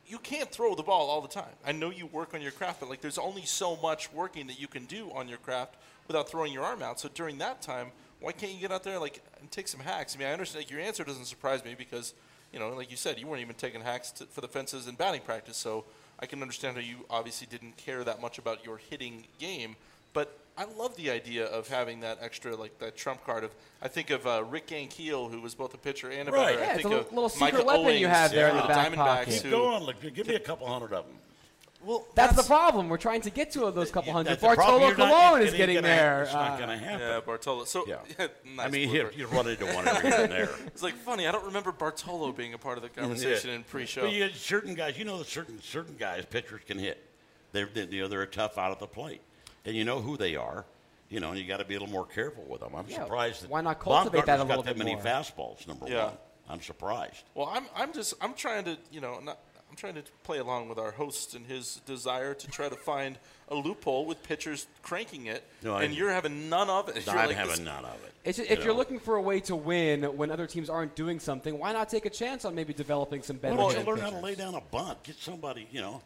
S5: you can't throw the ball all the time. I know you work on your craft, but like there's only so much working that you can do on your craft without throwing your arm out. So during that time, why can't you get out there like and take some hacks? I mean, I understand like, your answer doesn't surprise me because you know, like you said, you weren't even taking hacks to, for the fences in batting practice. So I can understand how you obviously didn't care that much about your hitting game, but. I love the idea of having that extra, like that trump card of. I think of uh, Rick Gankeel, who was both a pitcher and a
S4: Right.
S5: batter.
S4: Yeah,
S5: I
S3: it's
S5: think
S3: a little-
S5: of
S3: little secret
S5: Michael
S3: weapon you
S5: Owens
S3: have there in
S5: of
S3: the
S5: the
S3: back
S5: Diamondbacks,
S3: pocket.
S5: who-
S4: Keep going. Look, give me a couple hundred of them.
S5: well,
S3: That's, the problem. We're trying to get to those couple hundred.
S4: That's the problem.
S3: Bartolo
S4: You're not-
S3: Colon
S4: it
S3: is
S4: ain't
S3: getting
S4: gonna
S3: there.
S4: happen. It's not
S3: Uh,
S4: going to happen.
S5: Yeah, Bartolo. So
S4: Yeah.
S5: nice
S4: I mean,
S5: blooper.
S4: here, you run into one every here and there.
S5: it's like funny. I don't remember Bartolo being a part of the conversation in pre-show.
S4: But you had certain guys, you know, that certain certain guys, pitchers can hit. They're they, you know they're tough out of the plate, and you know who they are. You know, and you got to be a little more careful with them. I'm
S3: Yeah,
S4: surprised that
S3: why not cultivate that a
S4: Baumgartner's
S3: little
S4: got
S3: bit
S4: that many
S3: more?
S4: fastballs. Number
S5: Yeah.
S4: one, I'm surprised.
S5: well, I'm I'm just I'm trying to you know not. I'm trying to play along with our host and his desire to try to find a loophole with pitchers cranking it,
S4: No, I-
S5: and you're having none of it. You're
S4: I'm
S5: like,
S4: having
S5: this-
S4: none of it.
S3: It's just,
S4: you
S3: if you're
S4: know.
S3: looking for a way to win when other teams aren't doing something, why not take a chance on maybe developing some better
S4: Why don't you
S3: hitting
S4: learn how to
S3: pitchers?
S4: lay down a bunt? Get somebody, you know.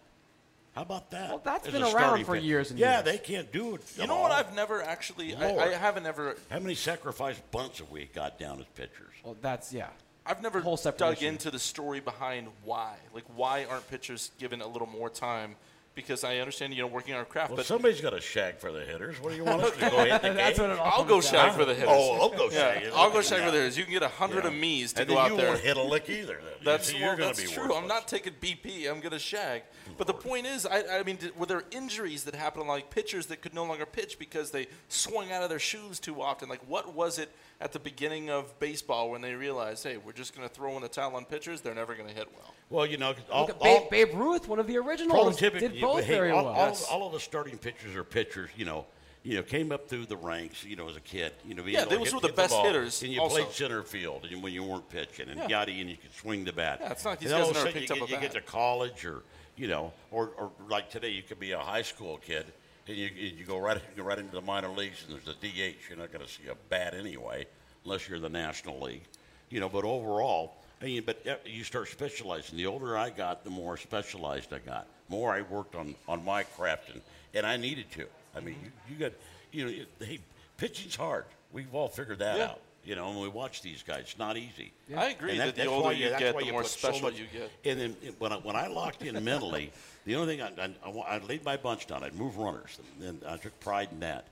S4: How about that?
S3: Well, that's
S4: as
S3: been
S4: a
S3: around
S4: starting
S3: for
S4: pitcher?
S3: years and
S4: yeah,
S3: years.
S4: they can't do it.
S5: You
S4: at
S5: know what?
S4: all.
S5: I've never actually. I, I
S4: Lord.
S5: haven't ever.
S4: How many sacrifice bunts have we got down as pitchers?
S3: Well, that's yeah.
S5: I've never
S3: Whole
S5: dug
S3: separation.
S5: into the story behind why. Like, why aren't pitchers given a little more time? Because I understand, you know, working on our craft,
S4: Well,
S5: but
S4: somebody's got a shag for the hitters. What do you want us to go hit the
S3: That's
S4: game?
S3: what it all
S5: I'll go
S3: comes down
S5: shag for the hitters.
S4: Oh, I'll go
S5: Yeah,
S4: shag.
S5: I'll go check
S4: Yeah.
S5: with theirs. You can get a hundred of me's to
S4: and
S5: go
S4: then
S5: out
S4: you
S5: there.
S4: won't hit a lick either. Then.
S5: That's,
S4: you
S5: well,
S4: are going
S5: that's
S4: to be
S5: true. I'm
S4: worthless.
S5: not taking BP. I'm going to shag. But the point is, I, I mean, did, were there injuries that happened, like pitchers that could no longer pitch because they swung out of their shoes too often? Like, what was it at the beginning of baseball when they realized, hey, we're just going to throw in the towel on pitchers? They're never going to hit well.
S4: Well, you know, 'cause all,
S3: Look at
S4: all,
S3: Babe, Babe Ruth, one of the originals,
S4: prototypical-
S3: did
S4: you-
S3: both
S4: hey,
S3: very
S4: all,
S3: well.
S4: All, all of the starting pitchers are pitchers. You know, you know, came up through the ranks. You know, as a kid. You know, being
S5: Yeah,
S4: able
S5: they
S4: to
S5: was
S4: hit-
S5: one of the
S4: hit
S5: best
S4: ball,
S5: hitters
S4: And you
S5: also.
S4: played center field and when you weren't pitching, and
S5: Yeah.
S4: yada, and you could swing the bat.
S5: Yeah, it's not like these
S4: And all
S5: guys
S4: of a
S5: never
S4: sudden
S5: picked
S4: you
S5: up
S4: get,
S5: a
S4: you get
S5: bat.
S4: to college, or you know, or, or like today, you could be a high school kid. And you, and you go right you go right into the minor leagues, and there's a DH. You're not going to see a bat anyway, unless you're in the National League, you know. But overall, I mean, but uh, you start specializing. The older I got, the more specialized I got. More I worked on on my craft, and, and I needed to. I mean, you, you got you know, you, hey, pitching's hard. We've all figured that
S5: Yeah.
S4: out. You know, when we watch these guys, it's not easy.
S5: I agree
S4: And
S5: that, the
S4: that's
S5: older
S4: why
S5: you,
S4: that's
S5: get,
S4: why
S5: the
S4: you
S5: more
S4: put so
S5: special
S4: much-
S5: you get.
S4: And then it- when I, when I locked in mentally, the only thing I, I, I wa- I laid my bunch down, I'd move runners, and I took pride in that.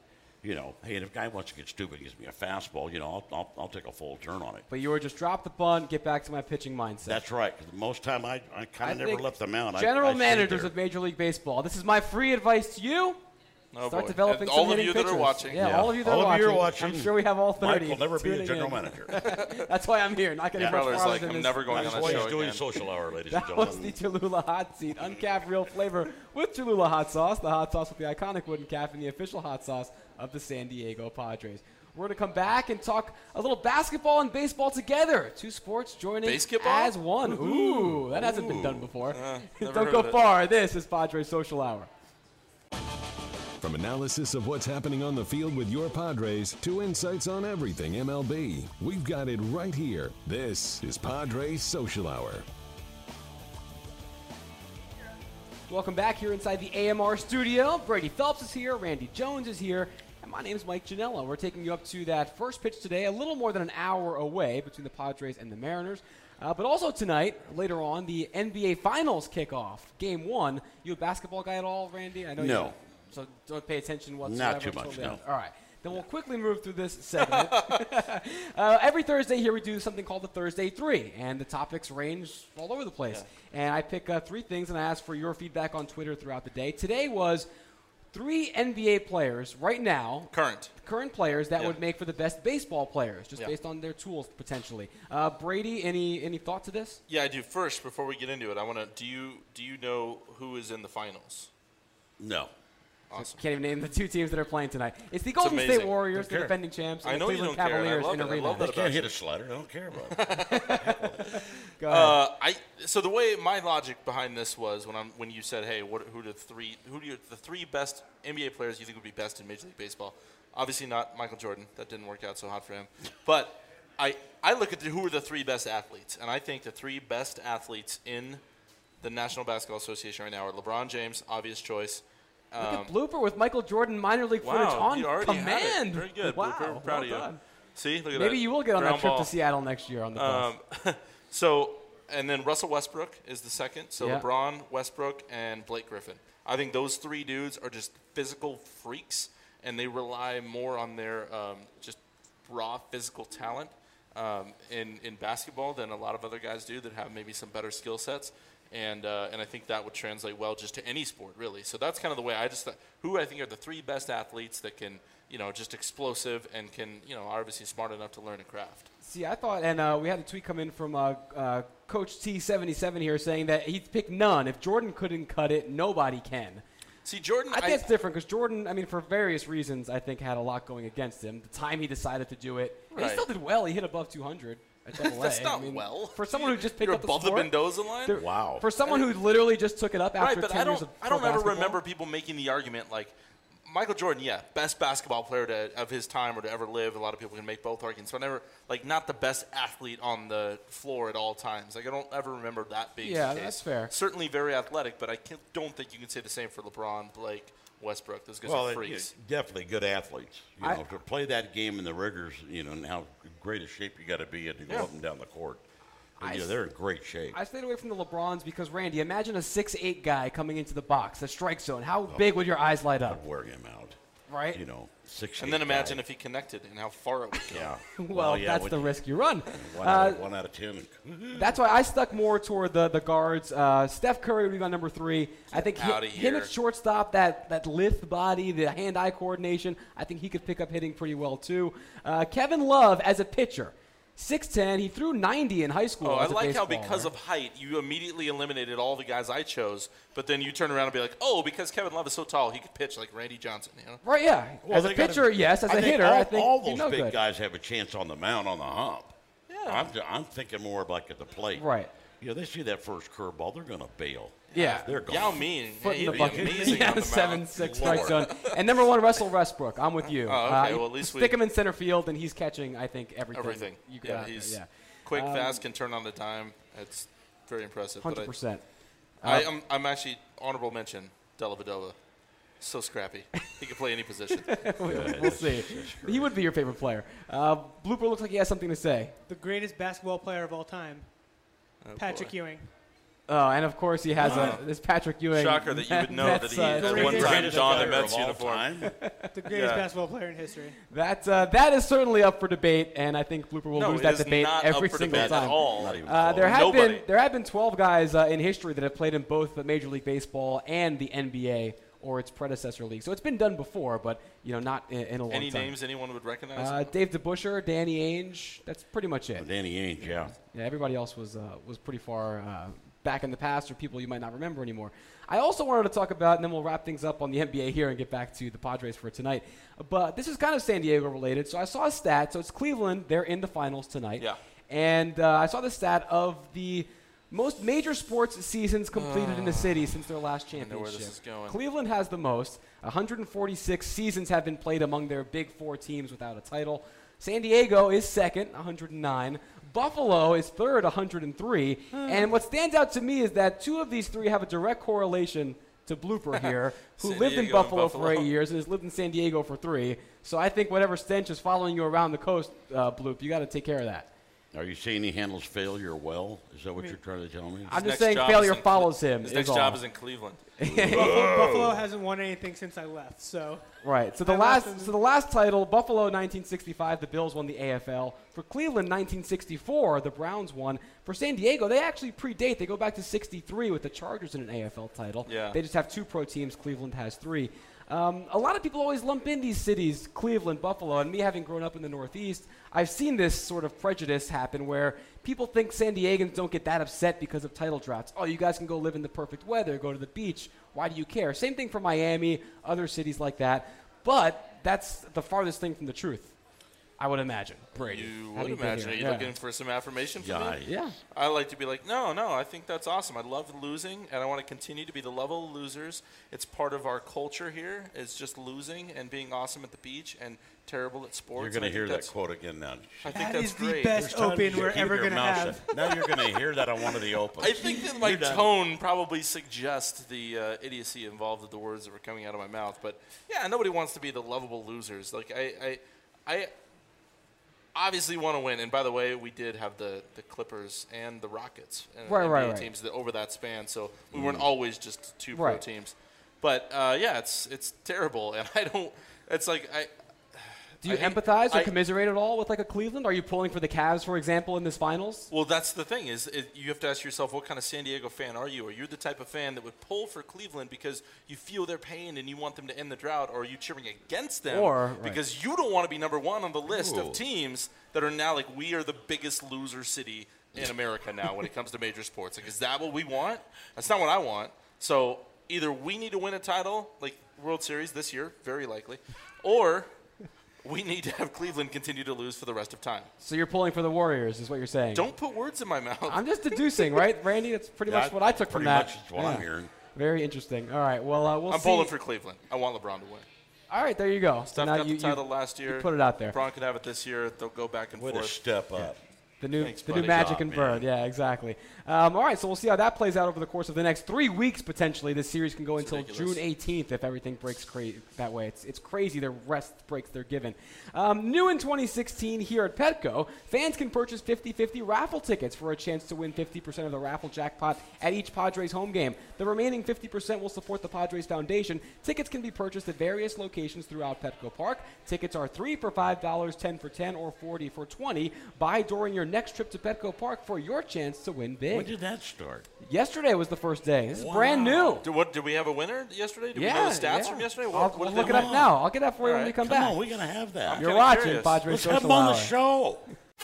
S4: you know, hey, and if a guy wants to get stupid, gives me a fastball, you know, I'll, I'll, I'll take a full turn on it.
S3: But you were just drop the bunt, get back to my pitching mindset.
S4: That's right. 'cause most time I, I kind of never
S3: think
S4: left the mound. I-
S3: General
S4: I stayed
S3: managers
S4: there.
S3: of Major League Baseball. This is my free advice to you.
S5: Oh,
S3: Start
S5: boy.
S3: developing
S5: And
S3: some
S5: all of
S3: hitting
S5: you that are
S3: pitchers.
S5: watching.
S3: Yeah,
S4: Yeah.
S3: all of you that
S4: All
S3: are
S4: of you
S3: watching.
S4: are watching.
S3: I'm sure we have all 30.
S4: Mike will never be a
S3: tuning
S4: general
S3: in.
S4: manager.
S3: That's why I'm here, not getting
S4: Yeah.
S3: much
S5: Brother's
S3: farther
S5: like,
S3: than
S5: I'm
S3: this.
S5: never going
S4: That's
S5: on
S4: why
S5: that
S4: he's
S5: show
S4: doing
S5: again.
S4: social hour, ladies and
S3: That was
S4: gentlemen.
S3: the Cholula hot seat. Uncapped real flavor with Cholula hot sauce, the hot sauce with the iconic wooden cap and the official hot sauce of the San Diego Padres. We're going to come back and talk a little basketball and baseball together. Two sports joining
S5: Basketball? Uh,
S3: as one. Ooh, that hasn't been done before.
S5: never
S3: Don't
S5: heard
S3: go
S5: of it.
S3: far. This is Padres Social Hour.
S1: From analysis of what's happening on the field with your Padres to insights on everything MLB, we've got it right here. This is Padres Social Hour.
S3: Welcome back here inside the AMR studio. Brady Phelps is here, Randy Jones is here, and my name is Mike Janella. We're taking you up to that first pitch today, a little more than an hour away between the Padres and the Mariners. Uh, but also tonight, later on, the NBA Finals kickoff, Game One. You a basketball guy at all, Randy? I know you
S4: No.
S3: don't, so don't pay attention whatsoever.
S4: too
S3: until
S4: much,
S3: the end.
S4: no.
S3: All right. Then we'll quickly move through this segment. Uh, every Thursday here we do something called the Thursday Three, and the topics range all over the place. And I pick uh, three things and I ask for your feedback on Twitter throughout the day. Today was three NBA players right now,
S5: Current.
S3: current players that
S5: Yeah.
S3: would make for the best baseball players, just
S5: Yeah.
S3: based on their tools potentially. Uh, Brady, any any thought to this?
S5: Yeah, I do. First, before we get into it, I want to. Do you do you know who is in the finals?
S4: No.
S5: Awesome.
S3: Can't even name the two teams that are playing tonight. It's the Golden State
S5: amazing.
S3: Warriors, the
S4: Don't care.
S3: defending champs, and
S5: I know
S3: the
S5: you
S3: Cleveland
S5: don't care, and I
S3: Cavaliers
S5: love
S3: in a
S5: it. I
S3: reload.
S5: love that
S4: They can't hit a slider. I don't care about it.
S3: Go ahead.
S5: Uh, I so the way my logic behind this was when I'm when you said, hey, what who the three who do you, the three best NBA players you think would be best in Major League Baseball? Obviously not Michael Jordan. That didn't work out so hot for him. But I I look at the, who are the three best athletes, and I think the three best athletes in the National Basketball Association right now are LeBron James, obvious choice.
S3: Look at blooper with Michael Jordan minor league footage on
S5: you already had it.
S3: command.
S5: Very good.
S3: Wow,
S5: We're proud
S3: well
S5: of you.
S3: done.
S5: See, look at that.
S3: Maybe you will get on that
S5: Ground
S3: trip
S5: ball.
S3: to Seattle next year on the bus.
S5: Um, so, and then Russell Westbrook is the second. So
S3: Yeah.
S5: LeBron, Westbrook, and Blake Griffin. I think those three dudes are just physical freaks, and they rely more on their um, just raw physical talent um, in in basketball than a lot of other guys do that have maybe some better skill sets. And, uh, and I think that would translate well just to any sport, really. So that's kind of the way I just thought, who I think are the three best athletes that can, you know, just explosive and can, you know, are obviously smart enough to learn a craft.
S3: See, I thought, and uh, we had a tweet come in from uh, uh, Coach T77 here saying that he'd pick none. If Jordan couldn't cut it, nobody can.
S5: See, Jordan,
S3: I think it's different because Jordan, I mean, for various reasons, I think had a lot going against him. The time he decided to do it, and he
S5: Right.
S3: still did well. He hit above 200. At double
S5: That's
S3: A.
S5: not
S3: I mean,
S5: well.
S3: for someone who just picked
S5: You're
S3: up the
S5: above the
S3: sport,
S5: Mendoza line?
S3: there-
S4: Wow.
S3: For someone who literally just took it up after
S5: right, but
S3: 10
S5: I
S3: years
S5: don't.
S3: of
S5: I don't
S3: pro
S5: ever
S3: basketball.
S5: remember people making the argument like Michael Jordan. Yeah, best basketball player to, of his time or to ever live. A lot of people can make both arguments, but I never like not the best athlete on the floor at all times. Like I don't ever remember that being.
S3: Yeah,
S5: the case.
S3: that's fair.
S5: Certainly very athletic, but I can, don't think you can say the same for LeBron, Blake, Westbrook. Those guys
S4: Well,
S5: are
S4: it-
S5: freaks.
S4: yeah, definitely good athletes. You
S3: I-
S4: know, to play that game in the rigors, you know, and how great a shape you got to be in to go
S5: Yeah.
S4: up and down the court. And,
S3: I
S4: you know,
S3: s-
S4: they're in great shape.
S3: I stayed away from the LeBrons because Randy, imagine a 6'8 guy coming into the box, the strike zone.
S4: Oh.
S3: How big would your eyes light up?
S4: I'd wear him out.
S3: Right.
S4: You know, six.
S5: And then imagine if he connected and how far it would go.
S4: Yeah.
S3: Well,
S4: yeah,
S3: that's
S4: when
S3: the
S4: you-
S3: risk you run.
S4: One,
S3: Uh,
S4: out of, one out of ten.
S3: that's why I stuck more toward the, the guards. Uh, Steph Curry would be my number three. I think hi-
S5: outta
S3: him
S5: here.
S3: at shortstop, that, that lithe body, the hand eye coordination, I think he could pick up hitting pretty well too. Uh, Kevin Love as a pitcher. 6'10, he threw 90 in high school.
S5: Oh, I
S3: as a
S5: like how
S3: baseballer.
S5: because of height, you immediately eliminated all the guys I chose, but then you turn around and be like, oh, because Kevin Love is so tall, he could pitch like Randy Johnson. You know?
S3: Right, yeah. as a
S4: they gotta-
S3: pitcher, yes. As
S4: I
S3: a
S4: think
S3: hitter,
S4: all,
S3: I think
S4: all
S3: you
S4: those
S3: know
S4: big
S3: good.
S4: guys have a chance on the mound on the hump. Yeah. I'm, th- I'm thinking more of like at the plate.
S3: Right.
S4: You know, they see that first curveball, they're going to bail.
S3: Yeah.
S4: They're going.
S5: Yao Ming,
S3: foot in
S5: hey,
S3: the
S5: he'd
S3: bucket.
S5: be amazing
S3: yeah,
S5: on the
S3: seven
S5: mound.
S3: six
S5: Lord.
S3: strike zone. And number one, Russell Westbrook. I'm with you.
S5: Oh, okay,
S3: you
S5: well, at least we-
S3: stick him in center field, and he's catching. I think everything.
S5: Everything.
S3: You got
S5: yeah,
S3: there,
S5: he's
S3: yeah, Um,
S5: quick, fast, can turn on the dime. It's very impressive. but I-
S3: hundred percent. Uh,
S5: I, I'm, I'm actually honorable mention Dellavedova. So scrappy. He could play any position.
S3: We'll see. He would be your favorite player. Uh, Blooper looks like he has something to say.
S7: The greatest basketball player of all time, Patrick
S5: Oh, boy.
S7: Ewing.
S3: Oh, and of course he has a this Patrick Ewing.
S5: Shocker that you would know that
S3: Mets,
S5: he
S3: uh,
S5: at
S7: greatest-
S5: one time
S7: greatest
S5: donned
S4: player
S5: a
S4: of
S5: Mets
S4: all
S5: uniform.
S4: time.
S7: The greatest
S5: Yeah.
S7: basketball player in history.
S3: That uh, that is certainly up for debate, and I think Blooper will
S5: No,
S3: lose
S5: it
S3: that
S5: is
S3: debate
S5: not
S3: every
S5: up for
S3: single
S5: debate
S3: time.
S5: at all.
S4: Not even
S3: Uh, there have
S5: Nobody.
S3: been there have been 12 guys uh, in history that have played in both the Major League Baseball and the NBA or its predecessor league. So it's been done before, but you know not in, in a long
S5: Any
S3: time.
S5: names anyone would recognize?
S3: Uh, Dave DeBuscher, Danny Ainge. That's pretty much it.
S4: Danny Ainge, yeah.
S3: Yeah, everybody else was uh, was pretty far uh, back in the past, or people you might not remember anymore. I also wanted to talk about, and then we'll wrap things up on the NBA here and get back to the Padres for tonight. But this is kind of San Diego related. So I saw a stat. So it's Cleveland. They're in the finals tonight.
S5: Yeah.
S3: And uh, I saw the stat of the most major sports seasons completed in the city since their last championship.
S5: know where this is going.
S3: Cleveland has the most. 146 seasons have been played among their big four teams without a title. San Diego is second, 109. Buffalo is third, 103.
S5: Hmm.
S3: And what stands out to me is that two of these three have a direct correlation to Blooper here, who
S5: San
S3: lived in
S5: Diego and
S3: Buffalo, for
S5: Buffalo.
S3: eight years and has lived in San Diego for three. So I think whatever stench is following you around the coast, uh, Bloop, you got to take care of that.
S4: Are you saying he handles failure well? Is that what you're trying to tell me?
S3: I'm
S5: His
S3: just
S5: next
S3: saying
S5: job
S3: failure
S5: is in Cle-
S3: follows him.
S5: His
S3: is
S5: next
S3: all.
S5: job is in Cleveland.
S7: Buffalo, Buffalo hasn't won anything since I left, so
S3: Right. So the
S7: I
S3: last
S7: lost in-
S3: so the last title, Buffalo 1965, the Bills won the AFL. For Cleveland 1964, the Browns won. For San Diego, they actually predate. They go back to 63 with the Chargers in an AFL title.
S5: Yeah.
S3: They just have two pro teams. Cleveland has three. Um, a lot of people always lump in these cities, Cleveland, Buffalo, and me having grown up in the Northeast, I've seen this sort of prejudice happen where people think San Diegans don't get that upset because of title droughts. Oh, you guys can go live in the perfect weather, go to the beach. Why do you care? Same thing for Miami, other cities like that. But that's the farthest thing from the truth, I would imagine. Brady.
S5: You
S3: having
S5: would
S3: been
S5: imagine. Are
S3: here.
S5: you
S3: Yeah.
S5: looking for some affirmation from
S4: Yeah,
S5: me?
S3: Yeah.
S5: I like to be like, no, no, I think that's awesome. I love losing, and I want to continue to be the level of losers. It's part of our culture here. It's just losing and being awesome at the beach and terrible at sports.
S4: You're
S5: and
S4: going
S5: I
S4: to
S5: think
S4: hear that
S5: that's-
S4: quote again now.
S5: I think
S7: that
S5: that's
S7: is the
S5: great.
S7: best open we're
S4: Keep
S7: ever
S4: your
S7: going to
S4: mouth
S7: have.
S4: shut. Now you're going to hear that on one of the opens.
S5: I think that my
S4: You're done.
S5: tone probably suggests the uh, idiocy involved with the words that were coming out of my mouth. But yeah, nobody wants to be the lovable losers. Like I, I, I obviously want to win. And by the way, we did have the, the Clippers and the Rockets, uh, and
S3: Right,
S5: NBA
S3: right, right.
S5: teams that over that span. So we weren't always just two pro
S3: Right.
S5: teams. But uh, yeah, it's it's terrible, and I don't. It's like I.
S3: Do you
S5: I hate-
S3: empathize or
S5: I-
S3: commiserate at all with like a Cleveland? Are you pulling for the Cavs, for example, in this finals?
S5: Well, that's the thing is it, you have to ask yourself what kind of San Diego fan are you? Are you the type of fan that would pull for Cleveland because you feel their pain and you want them to end the drought, or are you cheering against them
S3: Or- right.
S5: because you don't want to be number one on the list
S4: Ooh.
S5: of teams that are now like we are the biggest loser city in America now when it comes to major sports? Like, is that what we want? That's not what I want. So either we need to win a title, like World Series this year, very likely, or we need to have Cleveland continue to lose for the rest of time.
S3: So you're pulling for the Warriors, is what you're saying.
S5: Don't put words in my mouth.
S3: I'm just deducing, right, Randy? That's pretty
S4: Yeah,
S3: much what I took from
S4: pretty
S3: that.
S4: much is what I'm hearing.
S3: Very interesting. All right. Well, uh, we'll
S5: I'm
S3: see.
S5: pulling for Cleveland. I want LeBron to win.
S3: All right, there you go. So
S5: Steph
S3: now
S5: got
S3: you,
S5: the
S3: you-
S5: title last year.
S3: put it out there.
S5: LeBron could have it this year. They'll go back and
S4: Way to
S5: forth.
S4: step up.
S3: the new,
S5: Thanks,
S3: the new
S5: buddy.
S3: Magic
S4: Good
S3: and
S4: job, man.
S3: Bird. Yeah, exactly. Um, all right, so we'll see how that plays out over the course of the next three weeks potentially. This series can go until
S5: ridiculous.
S3: June 18th if everything breaks cra- that way. It's, it's crazy the rest breaks they're given. Um, new in 2016 here at Petco, fans can purchase 50-50 raffle tickets for a chance to win 50% of the raffle jackpot at each Padres home game. The remaining 50% will support the Padres Foundation. Tickets can be purchased at various locations throughout Petco Park. Tickets are 3 for $5, 10 for 10 or 40 for 20. Buy during your next trip to Petco Park for your chance to win big.
S4: When did that start?
S3: Yesterday was the first day. This is brand new.
S5: Did, what, did we have a winner yesterday? Did
S3: yeah.
S5: we know the stats
S3: yeah.
S5: from yesterday?
S3: I'll,
S5: What, what
S3: we'll
S5: did
S3: look
S5: they
S3: it up
S5: win?
S3: now. I'll get that for you
S5: All
S3: when we
S5: right.
S3: come
S4: Come
S3: back.
S4: on, we got to have that.
S3: You're
S5: kinda
S3: watching
S5: curious.
S3: Padres
S4: Let's
S3: Social
S4: have him on the
S3: Hour.
S4: show.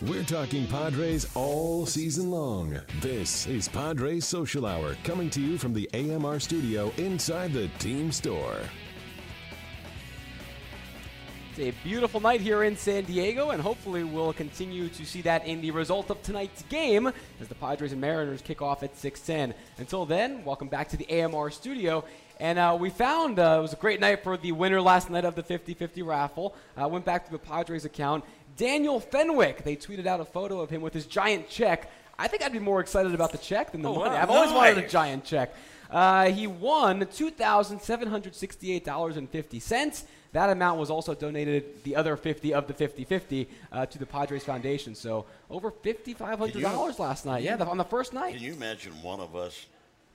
S1: We're talking Padres all season long. This is Padres Social Hour coming to you from the AMR studio inside the team store.
S3: It's a beautiful night here in San Diego, and hopefully we'll continue to see that in the result of tonight's game as the Padres and Mariners kick off at 6:10. Until then, welcome back to the AMR studio. And uh, we found uh, it was a great night for the winner last night of the 50-50 raffle. uh, went back to the Padres account. Daniel Fenwick. They tweeted out a photo of him with his giant check. I think I'd be more excited about the check than
S5: Oh,
S3: the money. I've always wanted a giant check. Uh, he won two thousand seven hundred sixty-eight dollars and fifty cents. That amount was also donated, the other fifty of the 50-50, uh, to the Padres Foundation. So over fifty-five hundred dollars last night. Yeah, the, on the first
S4: Can
S3: night.
S4: you imagine one of us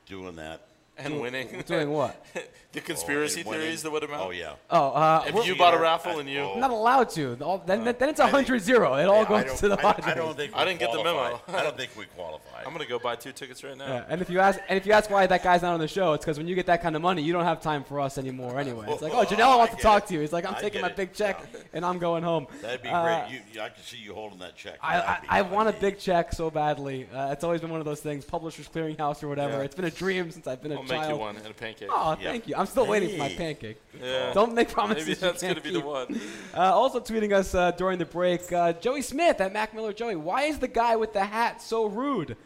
S4: doing that.
S9: and winning.
S3: Doing what?
S9: the conspiracy
S4: and winning.
S9: theories that would have
S4: Oh yeah.
S3: Oh, uh,
S9: If
S3: we're-
S9: you bought a raffle and you,
S3: I'm not allowed to. The- all-
S4: Uh,
S3: Then, then it's 100 0. It all
S4: I
S3: goes
S4: don't-
S3: to the
S4: I-
S3: Padres.
S4: I don't think
S9: I
S4: we
S9: didn't get the memo.
S4: qualified. I don't think we qualified.
S9: I'm gonna go buy two tickets right now.
S3: Yeah, and if you ask, and if you ask why that guy's not on the show, it's because when you get that kind of money, you don't have time for us anymore. Anyway, it's like, oh, Janelle wants to talk to you. He's like, I'm
S4: I
S3: taking my
S4: get it.
S3: big check and I'm going home.
S4: That'd be
S3: Uh,
S4: great. You, you- I can see you holding that check.
S3: I, I,
S4: That'd be
S3: I want a
S4: funny.
S3: big check so badly. Uh, it's always been one of those things, publishers clearinghouse or whatever. It's been a dream since I've been a
S9: I'll
S3: child.
S9: make you one and a pancake.
S3: Oh, thank you. I'm still waiting for my
S4: Hey.
S3: pancake.
S9: Yeah.
S3: Don't make promises.
S9: Maybe
S3: you
S9: that's gonna
S3: can't
S9: be the
S3: keep.
S9: one.
S3: Uh, also tweeting us uh, during the break, uh, Joey Smith at Mac Miller Joey. Why is the guy with the hat so rude?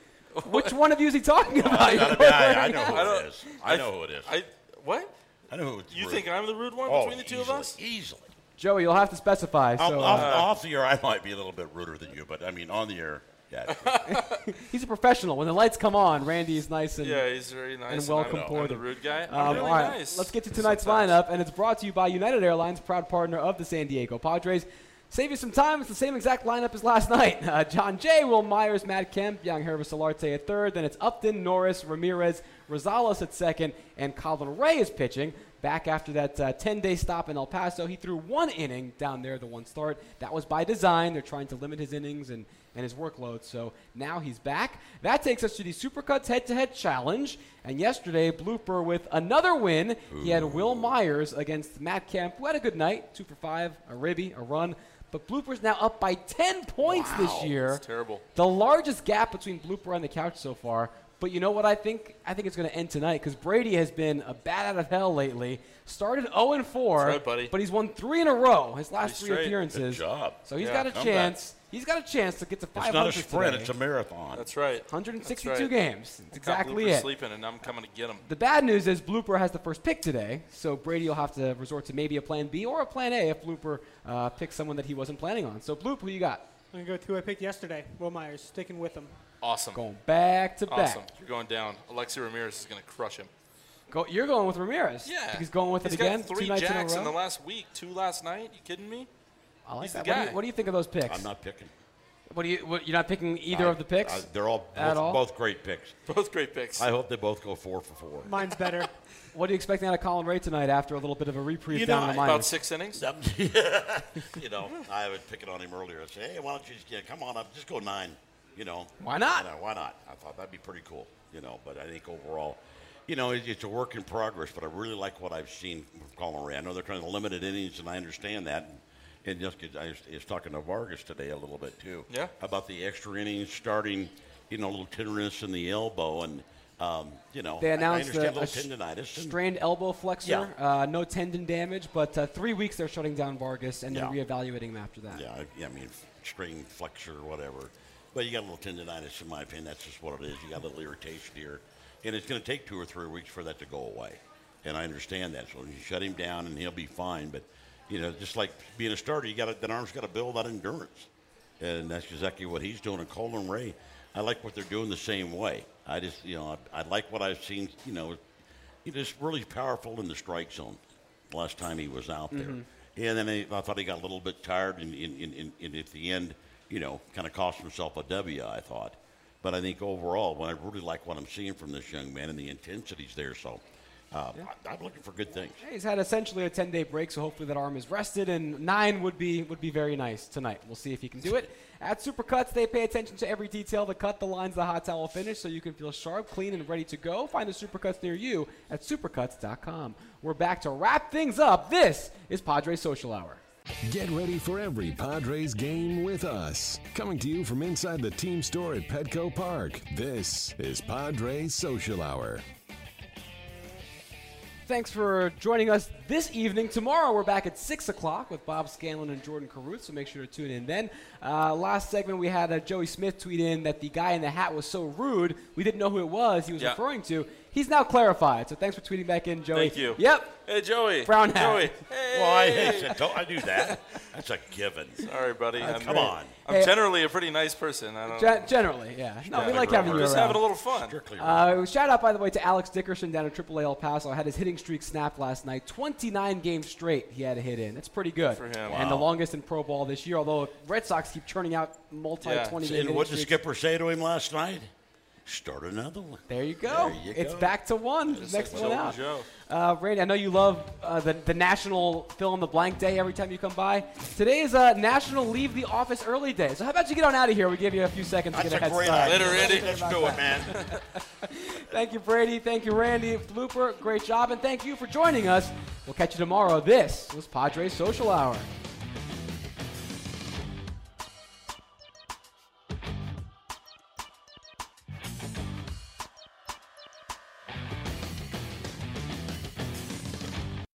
S3: Which one of you is he talking about?
S4: I, I, I know
S9: I
S4: who
S9: don't-
S4: it is. I know who it is.
S9: I what?
S4: I know who it's
S9: You
S4: rude.
S9: think I'm the rude one
S4: Oh,
S9: between the two of
S4: easily,
S9: us?
S4: Easily.
S3: Joey, you'll have to specify.
S4: Off-
S3: So
S4: off,
S3: uh,
S4: off the air, I might be a little bit ruder than you, but I mean, on the air, yeah.
S3: he's a professional. When the lights come on, Randy is nice and.
S9: Yeah, he's very nice. I'm-
S3: welcome
S9: I'm,
S3: boarded.
S9: the rude guy. I'm
S3: Um,
S9: really
S3: all right,
S9: nice.
S3: let's get to tonight's lineup, and it's brought to you by United Airlines, proud partner of the San Diego Padres. Save you some time. It's the same exact lineup as last night. Uh, John Jay, Will Myers, Matt Kemp, Young Hervis Solarte at third. Then it's Upton, Norris, Ramirez, Rosales at second, and Colin Ray is pitching. Back after that 10 day stop in El Paso, he threw one inning down there, the one start. That was by design. They're trying to limit his innings and, and his workload. So now he's back. That takes us to the Supercuts head to head challenge. And yesterday, Blooper with another win. He had Will Myers against Matt Kemp, who had a good night two for five, a ribby, a run. But Blooper's now up by 10 points this year.
S9: It's terrible.
S3: The largest gap between Blooper and the couch so far. But you know what I think? I think it's going to end tonight because Brady has been a bat out of hell lately. Started 0 and 4,
S9: That's right, buddy.
S3: but he's won three in a row. His last
S9: Three
S3: three
S9: straight.
S3: appearances.
S4: Good job.
S3: So he's
S9: Yeah,
S3: got a
S4: comeback.
S3: chance. He's got a chance to get to 500
S4: It's not a sprint;
S3: today.
S4: it's a marathon.
S9: That's right.
S3: 162
S9: That's right.
S3: games. That's
S9: Caught
S3: exactly
S9: Blooper
S3: it.
S9: Sleeping, and I'm coming to get him.
S3: The bad news is Blooper has the first pick today, so Brady will have to resort to maybe a plan B or a plan A if Blooper uh, picks someone that he wasn't planning on. So Bloop, who you got?
S7: I'm gonna go to who I picked yesterday. Will Myers, sticking with him.
S9: Awesome.
S3: Going back to back.
S9: Awesome. You're going down. Alexi Ramirez is going to crush him.
S3: Go, you're going with Ramirez.
S9: Yeah.
S3: He's going with
S9: He's
S3: it again.
S9: Got
S3: two
S9: three
S3: nights
S9: jacks
S3: in
S9: in,
S3: a
S9: the
S3: row.
S9: last week. Two last night. You kidding me?
S3: I like
S9: he's
S3: that.
S9: the
S3: What do,
S9: guy.
S3: you, what do you think of those picks?
S4: I'm not picking
S3: What do you? What, you're not picking either
S4: I-
S3: of the picks.
S4: I- they're all
S3: At
S4: both,
S3: all?
S4: both great picks.
S9: Both great picks.
S4: I hope they both go four for four.
S7: Mine's better.
S3: what are you expecting out of Colin Ray tonight after a little bit of a reprieve
S4: You
S3: down
S4: know,
S3: in the
S4: about
S9: About
S3: minors?
S9: six innings.
S4: you know, I was picking on him earlier. I said, hey, why don't you just yeah, come on up, just go nine. You know,
S3: Why not?
S4: You know, why not? I thought that'd be pretty cool. You know, but I think overall, you know, it, it's a work in progress. But I really like what I've seen from Colin Ray. I know they're trying to limit it innings, and I understand that. And, and just 'cause I was, I was talking to Vargas today a little bit too.
S9: Yeah.
S4: About the extra innings starting, you know, a little tenderness in the elbow, and um, you know,
S3: They
S4: I- I
S3: announced
S4: understand
S3: a, a
S4: a little tendonitis. and-
S3: strained elbow flexor, uh, no tendon damage, but uh, three weeks they're shutting down Vargas and then
S4: Yeah.
S3: reevaluating him after that.
S4: Yeah, I, yeah, I mean, string flexor, whatever. But you got a little tendonitis, in my opinion. That's just what it is. You got a little irritation here, and it's going to take two or three weeks for that to go away. And I understand that. So you shut him down, and he'll be fine. But you know, just like being a starter, you got that arm's got to build that endurance, and that's exactly what he's doing. And Colin Ray, I like what they're doing the same way. I just, you know, I, I like what I've seen. You know, he's just really powerful in the strike zone the last time he was out there.
S3: Mm-hmm.
S4: And then I, I thought he got a little bit tired, and, and, and, and, and at the end, you know, kind of cost himself a W, I thought. But I think overall, when I really like what I'm seeing from this young man, and the intensity's there, so uh, I, I'm looking for good things.
S3: Hey, He's had essentially a 10-day break, so hopefully that arm is rested, and nine would be would be very nice tonight. We'll see if he can do it. At Supercuts, they pay attention to every detail, the cut, the lines, the hot towel finish, so you can feel sharp, clean, and ready to go. Find a Supercuts near you at supercuts.com. We're back to wrap things up. This is Padre Social Hour.
S1: Get ready for every Padres game with us. Coming to you from inside the team store at Petco Park, this is Padres Social Hour.
S3: Thanks for joining us this evening. Tomorrow we're back at 6 o'clock with Bob Scanlon and Jordan Caruth, so make sure to tune in then. Uh, last segment we had uh, Joey Smith tweet in that the guy in the hat was so rude, we didn't know who it was he was
S9: Yeah.
S3: referring to. He's now clarified, so thanks for tweeting back in, Joey.
S9: Thank you.
S3: Yep.
S9: Hey, Joey.
S3: Brown hat.
S9: Joey. Hey.
S4: Well, I, I, told- I knew that. That's a given.
S9: All right, buddy. I'm,
S4: Come on.
S9: I'm
S3: Hey.
S9: generally a pretty nice person. I don't.
S3: Gen- generally, yeah. No, we
S4: Yeah,
S3: like having you
S4: we're
S9: just
S3: around.
S9: having a little fun.
S4: Strictly
S3: Uh, shout out, by the way, to Alex Dickerson down at AAA El Paso. Had his hitting streak snapped last night. 29 games straight he had a hit in. That's pretty good.
S9: for him.
S3: And the longest in pro ball this year, although Red Sox keep churning out multi
S9: Yeah.
S3: 20 game
S4: and what did
S3: hitting streaks.
S4: Skipper say to him last night? Start another one.
S3: There you go.
S4: There you
S3: it's
S4: go.
S3: back to one.
S9: like
S3: Next one
S9: Joe
S3: out.
S9: Joe.
S3: Uh, Randy, I know you love uh, the, the national fill in the blank day every time you come by. Today is uh, National Leave the Office Early Day. So how about you get on out of here? We give you a few seconds to
S4: That's
S3: get
S4: a
S3: a head
S4: great
S3: start.
S4: idea.
S9: Literate it.
S4: Let's do it, man.
S3: Thank you, Brady. Thank you, Randy. Blooper, great job. And thank you for joining us. We'll catch you tomorrow. This was Padres Social Hour.